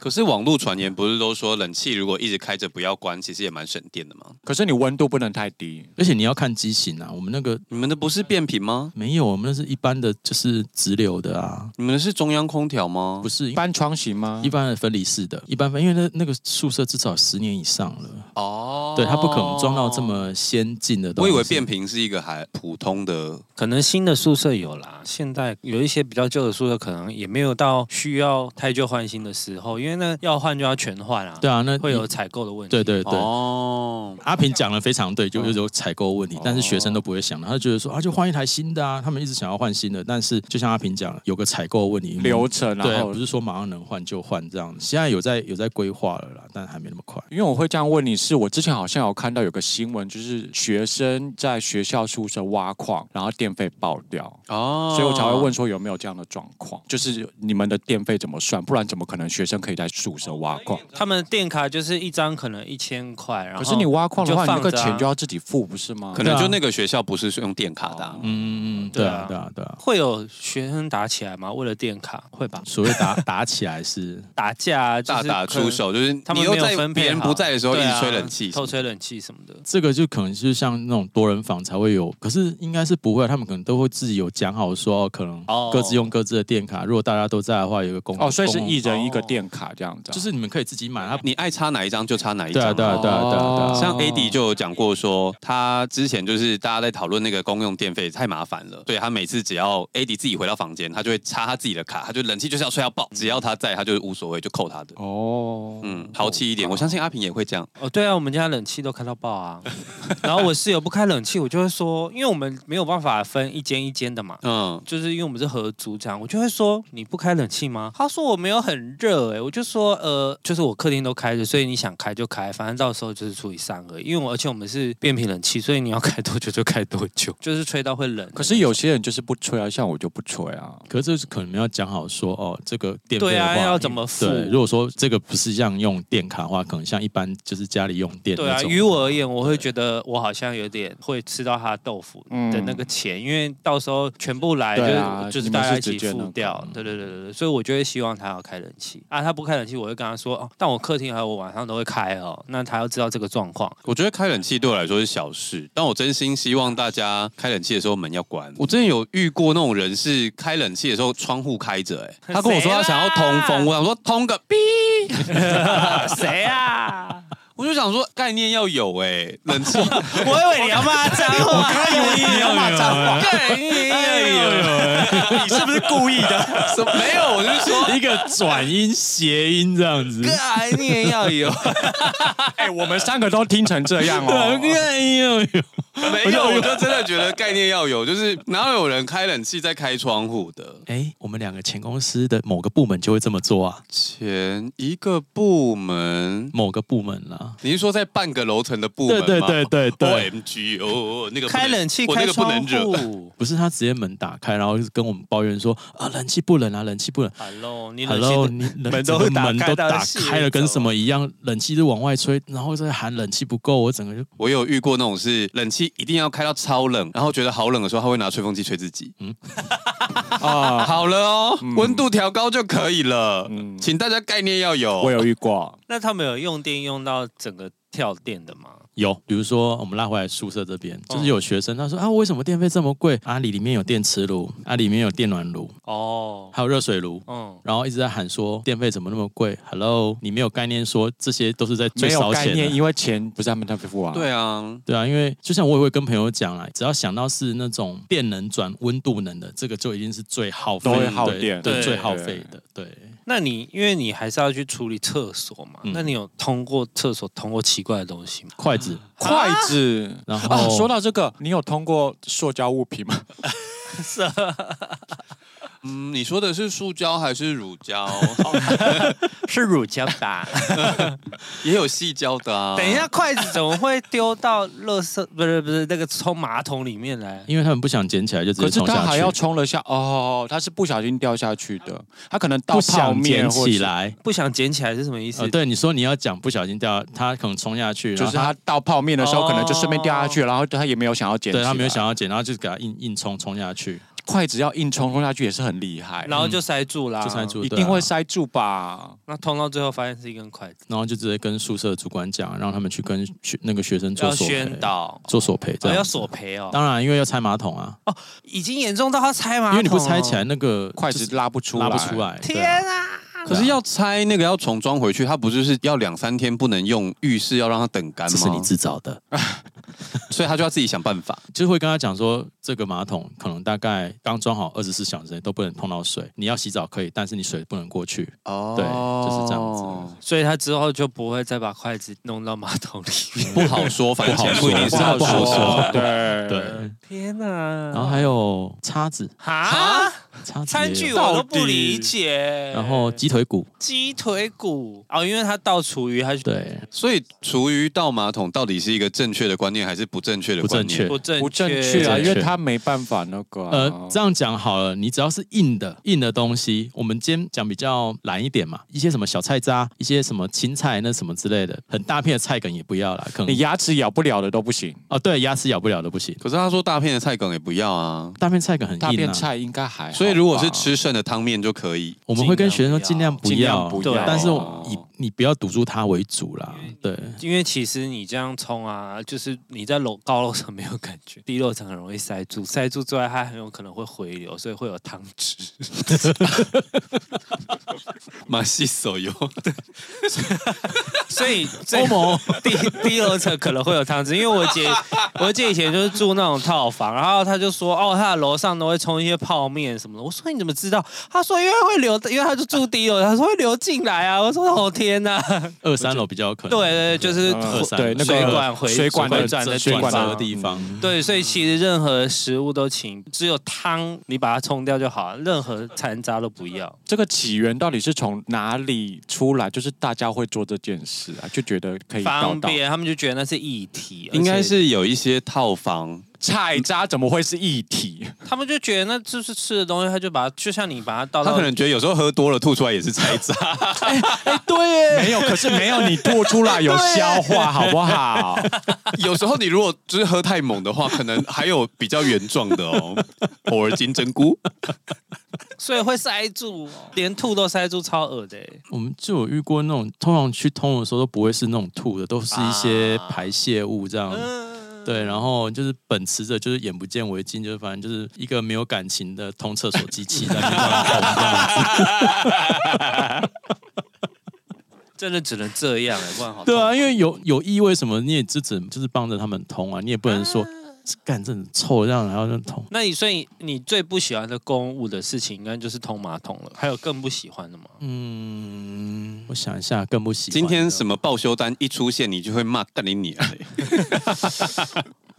S5: 可是网络传言不是都说冷气如果一直开着不要关，其实也蛮省电的吗？
S1: 可是你温度不能太低。
S4: 而且你要看机型啊，我们那个
S5: 你们的不是变频吗？
S4: 没有，我们那是一般的，就是直流的啊，
S5: 你们的是中央空调吗？
S4: 不是一
S1: 搬窗型吗
S4: 一？般的分离式的，一般分，因为那那个宿舍至少十年以上了，
S5: 哦
S4: 对，它不可能装到这。么先进的东
S5: 我
S4: 西。
S5: 以为变频是一个还普通的，
S3: 可能新的宿舍有啦，现在有一些比较旧的宿舍，可能也没有到需要太旧换新的时候，因为那要换就要全换啊，
S4: 对啊，那
S3: 会有采购的问题。
S4: 对对对。
S5: 哦，
S4: 阿平讲的非常对，就是有采购问题
S1: 哦，
S4: 但是学生都不会想的，他就觉得说啊，就换一台新的啊，他们一直想要换新的，但是就像阿平讲，有个采购问题，
S1: 流程，
S4: 对
S1: 然
S4: 啊，
S1: 后
S4: 不是说马上能换就换这样，现在有在有在规划了啦，但还没那么快。
S1: 因为我会这样问你是，我之前好像有看到有个新闻，就是学生在学校宿舍挖矿，然后电费爆掉，
S5: 哦
S1: 所以我才会问说有没有这样的状况，就是你们的电费怎么算，不然怎么可能学生可以在宿舍挖矿？
S3: 他们电卡就是一张可能一千块，然后
S1: 可是你挖矿的话，
S3: 你就
S1: 你
S3: 放
S1: 那个
S3: 着啊
S1: 钱就要自己付，不是吗？
S5: 可能就那个学校不是用电卡的啊、
S4: 嗯嗯嗯，对啊对啊对啊，
S3: 会有学生打起来吗？为了电卡会吧？
S4: 所谓打 打起来是
S3: 打架啊、就是
S5: 大打
S3: 可能
S5: 出，手，就是
S3: 他们
S5: 你又
S3: 没有
S5: 在
S3: 分配
S5: 别人
S3: 好
S5: 不在的时候一
S3: 对
S5: 直
S3: 啊
S5: 吹冷气什
S3: 偷
S5: 么的，
S3: 吹冷气什么的。
S4: 这个就可能就是像那种多人房才会有，可是应该是不会，他们可能都会自己有讲好说，哦可能
S3: 哦
S4: 各自用各自的电卡，如果大家都在的话，有一个共
S1: 哦，所以是
S4: 共
S1: 一人一个电卡这样子啊，
S4: 就是你们可以自己买，他
S5: 你爱插哪一张就插哪一
S4: 对
S5: 张、
S4: 啊对啊对啊对啊对啊，
S5: 像 AD 就有讲过说，他之前就是大家在讨论那个公用电费太麻烦了，所以他每次只要 AD 自己回到房间，他就会插他自己的卡，他就冷气就是要吹到爆，只要他在，他就无所谓，就扣他的。
S1: 哦，
S5: 嗯，豪气一点，我相信阿平也会这样。
S3: 哦，对啊，我们家冷气都开到爆 啊。然后我室友不开冷气，我就会说，因为我们没有办法分一间一间的嘛，
S5: 嗯，
S3: 就是因为我们是合租这样，我就会说你不开冷气吗？他说我没有很热哎、我就说呃，就是我客厅都开着，所以你想开就开，反正到时候就是除以三而已。因为我而且我们是变频冷气，所以你要开多久就开多久， 就是吹到会冷。
S1: 可是有些人就是不吹啊，像我就不吹啊。
S4: 可是这是可能要讲好说哦，这个电费
S3: 对
S4: 的
S3: 啊
S4: 话
S3: 要怎么付
S4: 对，如果说这个不是像用电卡的话，可能像一般就是家里用电
S3: 对啊，
S4: 那种
S3: 于我而言，我会觉得我好像有点会吃到他豆腐的嗯那个钱，因为到时候全部来就
S1: 嗯对
S3: 是、
S1: 啊
S3: 就是
S1: 你们
S3: 大
S1: 是
S3: 家一起
S1: 直接那
S3: 付
S1: 个
S3: 掉。对对对对对，所以我就会希望他要开冷气啊，他不开冷气，我会跟他说哦，但我客厅还有我晚上都会开哦，那他要知道这个状况。
S5: 我觉得开冷气对我来说是小事，但我真心希望大家开冷气的时候门要关。我之前有遇过那种人是开冷气的时候窗户开着、欸，他跟我说他想要通风，我想说通个屁，
S3: 谁啊？
S5: 我就想说概念要有哎、冷气
S3: 我以为你要骂脏话，我刚以为你要骂脏话，
S5: 欸你是不是故意的？欸什么没有，我就是说。
S4: 一个转音谐音这样子。
S5: 概念要有，
S1: 哎、我们三个都听成这 样哦。
S4: 哎呦呦！
S5: 没有，我就真的觉得概念要有，就是哪有人开冷气在开窗户的？
S4: 哎，我们两个前公司的某个部门就会这么做啊，
S5: 前一个部门，
S4: 某个部门啦。
S5: 你是说在半个楼层的部门
S4: 对
S5: 吗？
S4: 对对对对，
S5: OMG 哦，那个不能
S3: 开冷气
S5: 我那
S3: 开
S5: 个不
S3: 窗
S5: 能惹。
S3: 户。
S4: 不是他直接门打开，然后就跟我们抱怨说啊，冷气不冷啊，冷气不冷。
S3: Hello，你冷气
S4: Hello，你
S3: 门
S4: 冷
S3: 都
S4: 整个
S3: 打
S4: 门
S3: 开
S4: 都
S3: 到
S4: 打
S3: 室内
S4: 开了，跟
S3: 走
S4: 什么一样，冷气就往外吹，然后再喊冷气不够，我整个就
S5: 我有遇过那种是冷气气一定要开到超冷，然后觉得好冷的时候，他会拿吹风机吹自己。
S4: 嗯
S1: 啊，
S5: 好了哦，温度调高就可以了，
S1: 嗯
S5: 请大家概念要有。
S1: 我有遇过，
S3: 那他们有用电用到整个跳电的吗？
S4: 有，比如说我们拉回来宿舍这边，就
S3: 嗯
S4: 是有学生他说啊，为什么电费这么贵？啊阿里里面有电磁炉，啊里面有电暖炉，
S3: 哦，
S4: 还有热水炉。
S3: 嗯，
S4: 然后一直在喊说电费怎么那么贵？Hello，你没有概念说这些都是在最
S1: 没有
S4: 烧
S1: 概
S4: 钱
S1: 念，
S4: 的。
S1: 因为钱不是他们在付啊。
S5: 对啊，
S4: 对啊，因为就像我也会跟朋友讲啦，只要想到是那种电能转温度能的，这个就已经是最耗费
S1: 都会
S4: 的、
S1: 耗电
S4: 对，
S3: 对
S4: 最耗费的，对。
S3: 那你因为你还是要去处理厕所嘛，
S4: 嗯
S3: 那你有通过厕所通过奇怪的东西吗？
S4: 筷子，
S1: 筷子。
S4: 然后、
S1: 啊，说到这个，你有通过塑胶物品吗？
S5: 嗯，你说的是塑胶还是乳胶？
S3: 是乳胶吧？
S5: 也有细胶的啊。
S3: 等一下，，筷子怎么会丢到垃圾？不是不是，那个冲马桶里面来？
S4: 因为他们不想捡起来就直接
S1: 可是
S4: 冲下
S1: 他
S4: 去，
S1: 还要冲了下，哦，他是不小心掉下去的，他可能倒泡
S4: 不想
S1: 面
S4: 捡
S1: 或者
S4: 起，来。
S3: 不想捡起来是什么意思？
S4: 呃，对，你说你要讲不小心掉，他可能冲下去，
S1: 就
S4: 然
S1: 是
S4: 后
S1: 他倒泡面的时候
S3: 哦
S1: 可能就顺便掉下去，然后他也没有想要捡起来，
S4: 对他没有想要捡，然后就给他硬硬冲冲下去，
S1: 筷子要硬冲冲下去也是很厉害，
S3: 然后就塞住啦，
S4: 就塞住
S1: 一
S4: 对啊
S1: 定会塞住吧？
S3: 那通到最后发现是一根筷子，
S4: 然后就直接跟宿舍主管讲，让他们去跟学那个学生做
S3: 要
S4: 索赔
S3: 宣导，
S4: 做索赔
S3: 哦
S4: 这样。
S3: 要索赔哦，
S4: 当然，因为要拆马桶啊，
S3: 已经严重到要拆马桶，
S4: 因为你不拆起来，，啊那个
S1: 筷
S4: 就
S1: 子
S4: 是
S1: 拉不出来，
S4: 拉不出。来。对
S3: 天
S4: 啊
S3: 啊！
S5: 可是要拆那个要重装回去，它不就是要两三天不能用浴室，要让它等干
S4: 这是你
S5: 吗？
S4: 自找的，
S5: 所以他就要自己想办法。
S4: 就会跟他讲说，这个马桶可能大概刚装好二十四小时内都不能碰到水，你要洗澡可以，但是你水不能过去。
S5: 哦
S4: 对就是这样子。
S3: 所以他之后就不会再把筷子弄到马桶里 面。
S5: 不好说，反正
S4: 不好
S5: 不一定是
S4: 说
S5: 要
S4: 不好说
S1: 对
S4: 对，
S3: 天哪、
S4: 然后还有叉子，
S3: 啊哈
S4: 叉子也
S3: 餐
S4: 有
S3: 具哦我都不理解，
S4: 然后鸡腿骨，
S3: 鸡腿骨哦，因为他倒厨余，他
S4: 对，
S5: 所以厨余倒马桶到底是一个正确的观念还是不正确的
S4: 不
S5: 观
S4: 正
S5: 念？
S4: 确。
S3: 不正
S1: 不正确啊，因为他没办法那个啊。
S4: 呃，这样讲好了，你只要是硬的硬的东西，我们今天讲比较懒一点嘛，一些什么小菜渣，一些什么青菜那什么之类的，很大片的菜梗也不要啦，可能
S1: 你牙齿咬不了的都不行，
S4: 哦对，牙齿咬不了的不行，
S5: 可是他说大片的菜梗也不要啊，
S4: 大片菜梗很
S1: 大
S4: 硬
S1: 便
S4: 啊，
S1: 菜应该还好吧。
S5: 所以如果是吃剩的汤面就可以。
S4: 我们会跟学生说尽量不
S1: 尽量
S4: 要，哦嗯
S1: 不
S3: 对
S1: 要，
S4: 但是以你不要堵住它为主啦，对，
S3: 因为其实你这样冲啊，就是你在楼高楼层没有感觉，低楼层很容易塞住，塞住之外它很有可能会回流，所以会有汤汁。
S5: 马戏手游，
S3: 所以欧盟低低楼层可能会有汤汁，因为我姐我姐以前就是住那种套房，然后她就说哦，她的楼上都会冲一些泡面什么的。我说你怎么知道？她说因为会流，因为她就住低楼，她说会流进来啊。我说哦天哪，
S4: 二三楼比较有可能，
S3: 对对对，就是
S1: 嗯
S4: 二三
S1: 对那个
S3: 水管回
S1: 水管
S3: 回
S1: 的
S3: 转的
S4: 水
S1: 水
S4: 管
S1: 管
S4: 的
S1: 的
S4: 地方，
S3: 对，所以其实任何食物都请，只有汤你把它冲掉就好，任何残渣都不要。
S1: 这个起源到底是从哪里出来？就是大家会做这件事啊，就觉得可以搞
S3: 方
S1: 到
S3: 便，他们就觉得那是议题，而
S5: 应该
S3: 且
S5: 是有一些套房，
S1: 菜渣怎么会是一体？
S3: 他们就觉得那就是吃的东西，他就把它就像你把它倒
S5: 他
S3: 到
S5: 可能觉得有时候喝多了吐出来也是菜 渣。
S1: 对，没有，可是没有你吐出来有消化，好不好？
S5: 有时候你如果就是喝太猛的话，可能还有比较原状的 哦，偶尔金针菇。
S3: 所以会塞住，哦连吐都塞住，超恶的欸、
S4: 我们就有遇过那种，通常去通的时候都不会是那种吐的，都是一些排泄物这样。
S3: 嗯，
S4: 对，然后就是本持着就是眼不见为净，就是反正就是一个没有感情的通厕所机器在那边乱捅这样子。
S3: 真的只能这样哎、不然好痛
S4: 对啊，， 因为有有异味什么，你也就只就是帮着他们通啊，你也不能说干这很臭这样，然后就通。
S3: 那你所以你最不喜欢的公务的事情，应该就是通马桶了。还有更不喜欢的吗？
S4: 嗯，我想一下，更不喜欢。
S5: 今天什么报修单一出现，你就会骂干你你啊！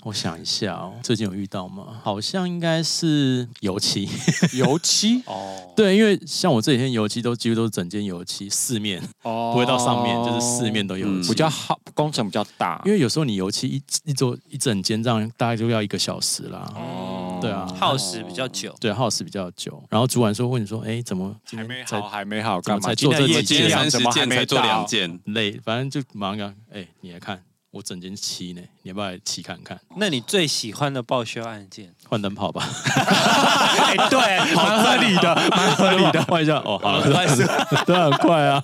S4: 我想一下哦，最近有遇到吗？好像应该是油漆。
S1: 油漆
S3: 哦，
S4: 对，因为像我这几天油漆都几乎都是整间油漆，四面
S1: 哦
S4: 不会到上面，就是四面都油
S5: 嗯
S4: 漆。
S1: 比较好，工程比较大，
S4: 因为有时候你油漆一一周一整间这样，大概就要一个小时啦。
S3: 哦，
S4: 对啊
S3: 耗时比较久。
S4: 对，耗时比较久。然后主管说问你说，哎，怎么今
S1: 还
S4: 天
S1: 没
S4: 才
S1: 好，还没好，
S4: 怎么
S1: 干嘛？
S4: 才做这
S1: 今天
S4: 几
S1: 业绩
S4: 件
S5: 我今天
S1: 量
S5: 三
S1: 怎
S5: 十
S1: 么还
S5: 件
S1: 没
S5: 才做
S1: 到
S5: 两件，
S4: 啊累？反正就马上讲，哎，你来看，我整间漆呢，你要不要来漆看看？
S3: 那你最喜欢的报销案件？
S4: 换灯泡吧，
S3: 哎，对， 好合理的。
S4: 蛮合理的。换一下，哦，好 了， 对，很快啊。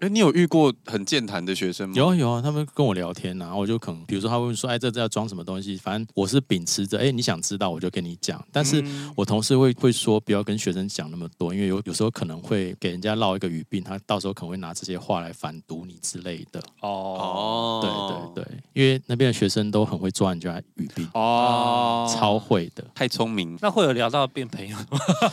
S5: 哎，你有遇过很健谈的学生吗？
S4: 有啊有啊，他们跟我聊天呐、啊然后我就可能，比如说他问说，哎，这这要装什么东西？反正我是秉持着，哎，你想知道我就跟你讲，但是
S3: 嗯
S4: 我同事会会说，不要跟学生讲那么多，因为有有时候可能会给人家落一个语病，他到时候可能会拿这些话来反毒你之类的。
S3: 哦
S5: 哦，
S4: 对对对，因为那边的学生都很会抓人家语病，
S1: 哦，
S4: 超会的。
S5: 太聪明。
S3: 那会有聊到变朋友吗？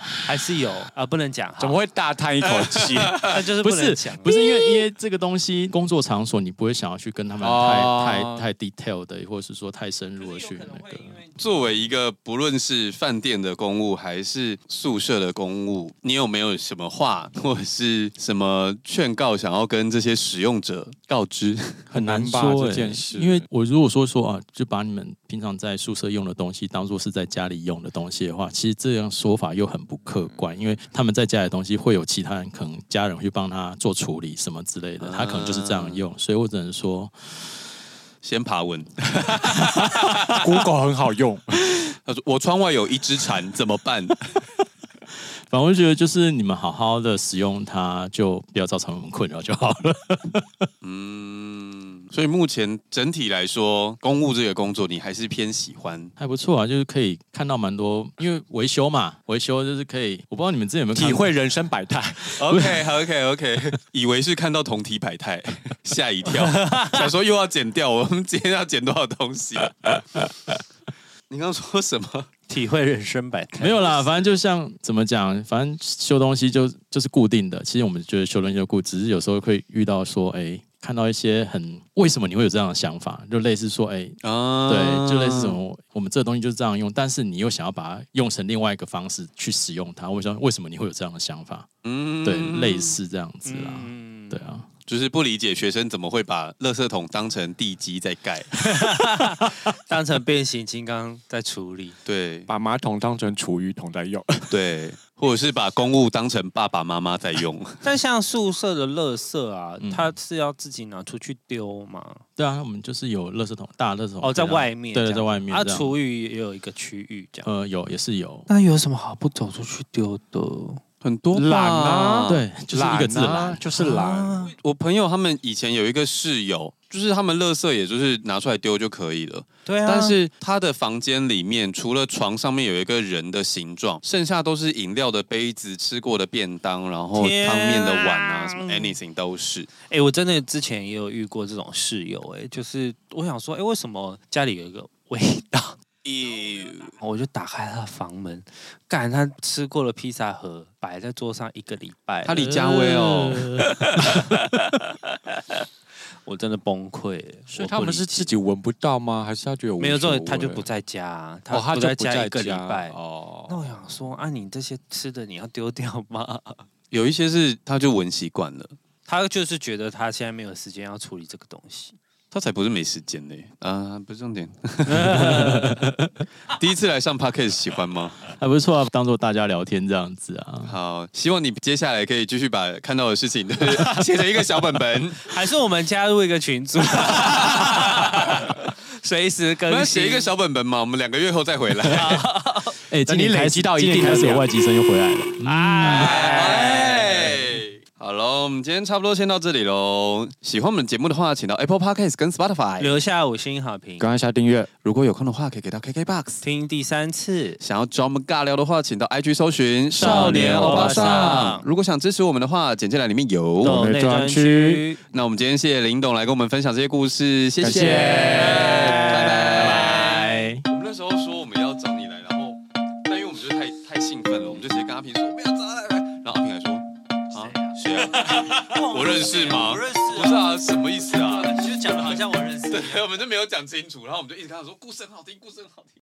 S3: 还是有啊？不能讲，
S1: 怎么会大叹一口气？
S3: 那 就是
S4: 不
S3: 能
S4: 是
S3: 讲。
S4: 不是因为因为这个东西，工作场所你不会想要去跟他们
S1: 哦
S4: 太太太 detail 的，或者是说太深入的去那个。
S5: 作为一个不论是饭店的公务还是宿舍的公务，你有没有什么话或者是什么劝告想要跟这些使用者告知？
S4: 很难
S1: 难吧
S4: 说、欸、
S1: 这件事
S4: 因为我如果说说啊，就把你们平常在宿舍用的东西当做是在家里用的东西的话，其实这样说法又很不客观，因为他们在家里的东西会有其他人可能家人会帮他做处理什么之类的，他可能就是这样用，所以我只能说，
S5: 先爬文。
S1: Google 很好用，
S5: 他说：“我窗外有一只蝉，怎么办
S4: 反正我觉得就是你们好好的使用它，就不要造成我们困扰就好了。？”
S5: 嗯，所以目前整体来说，公务这个工作你还是偏喜 欢。
S4: 还不错啊，就是可以看到蛮多，因为维修嘛，维修就是可以，我不知道你们之前有没有看
S1: 体
S4: 过
S1: 会人生百态。
S5: OK OK OK，以为是看到同体百态， 吓一 跳，想说又要剪掉，我们今天要剪多少东西？ 你刚说什么？
S3: 体会人生百态
S4: 没有啦，反正就像怎么讲，反正修东西就就是固定的。其实我们觉得修东西就固，只是有时候会遇到说，哎，看到一些很为什么你会有这样的想法，就类似说，哎，
S5: 啊
S4: 对，就类似什么，我们这个东西就是这样用，但是你又想要把它用成另外一个方式去使用它，为什么为什么你会有这样的想法？
S5: 嗯
S4: 对，类，似这样子啦，
S3: 嗯
S4: 对啊。
S5: 就是不理解学生怎么会把垃圾桶当成地基在盖。
S3: 当成变形金刚在处理。
S5: 对
S1: 把马桶当成厨余桶在 用，
S5: 对，或者是把公务当成爸爸妈妈在用。
S3: 但像宿舍的垃圾啊
S4: 嗯，
S3: 它是要自己拿出去丢嘛？
S4: 对啊，我们就是有垃圾桶，大垃圾桶
S3: 哦，在
S4: 这样
S3: 外面这
S4: 对
S3: 样，
S4: 对，在外面
S3: 啊，
S4: 这样
S3: 厨余也有一个区域这样。
S4: 呃有也是有，
S3: 那有什么好不走出去丢的？
S5: 很多
S1: 懒啊
S4: 对，就是一个字
S1: 懒
S4: 懒
S1: 啊，，就是懒。
S3: 啊
S5: 我朋友他们以前有一个室友，就是他们垃圾也就是拿出来丢就可以了，
S3: 对啊，
S5: 但是他的房间里面除了床上面有一个人的形状，剩下都是饮料的杯子、吃过的便当，然后汤
S3: 天啊
S5: 面的碗啊，什么 anything 都是。
S3: 哎、我真的之前也有遇过这种室友、哎，就是我想说，哎、为什么家里有一个味道？我就打开他的房门，干他吃过了披萨盒摆在桌上一个礼拜，
S5: 他李佳薇哦，
S3: 我真的崩溃、哎
S1: 所
S3: 我
S1: 以
S3: 不
S1: 他们
S3: 理
S1: 是
S3: 解
S1: 自己闻不到吗？还是他觉得无
S3: 没有这
S1: 所
S3: 种，他就
S1: 谓
S3: 不在家啊，
S1: 哦，他
S3: 不
S1: 就
S3: 在
S1: 不
S3: 家
S1: 在
S3: 一个礼
S1: 家
S3: 拜。那
S1: 哦。
S3: 我想说啊，你这些吃的你要丢掉吗？
S5: 有一些是他就闻习惯了，
S3: 他就是觉得他现在没有时间要处理这个东西。
S5: 他才不是没时间呢、啊，不是重点。第一次来上 podcast 喜欢吗？
S4: 还不错啊，当做大家聊天这样子啊。
S5: 好，希望你接下来可以继续把看到的事情写成一个小本本，
S3: 还是我们加入一个群组， 随时
S5: 那
S3: 更新。
S5: 写一个小本本嘛，我们两个月后再回来。
S4: 哎、今
S1: 你
S4: 年
S1: 累
S4: 开
S1: 积
S4: 始
S1: 到一
S4: 今年
S1: 定的
S4: 开始有
S1: 量啊
S4: 外籍生又回来了。
S5: 哎，好喽，我们今天差不多先到这里喽。喜欢我们节目的话，请到 Apple Podcast 跟 Spotify。
S3: 留下五星好评，
S1: 赶快下订阅，
S5: 如果有空的话，可以给到 KKBox。
S3: 听第三次。
S5: 想要找我们尬聊的话，请到 IG 搜寻
S3: 少
S4: 年欧巴
S3: 桑
S5: 如果想支持我们的话，简介栏里面有
S1: 懂。内专区
S5: 那我们今天谢谢林董来跟我们分享这些故事，谢谢，
S1: 感谢
S5: 拜拜。
S4: 拜。
S5: 我们那时候说我们要找你来，然后，但因为我们就太太兴奋了，我们就直接跟阿平说我们要找他来，然后阿平还说啊谁啊？ 我认识吗？
S3: 我认
S5: 不是
S3: 识啊，
S5: 啊，什么意思啊？
S3: 就讲的好像我认识。
S5: 对，我们就没有讲清楚，然后我们就一直跟他说故事很好听，故事很好听。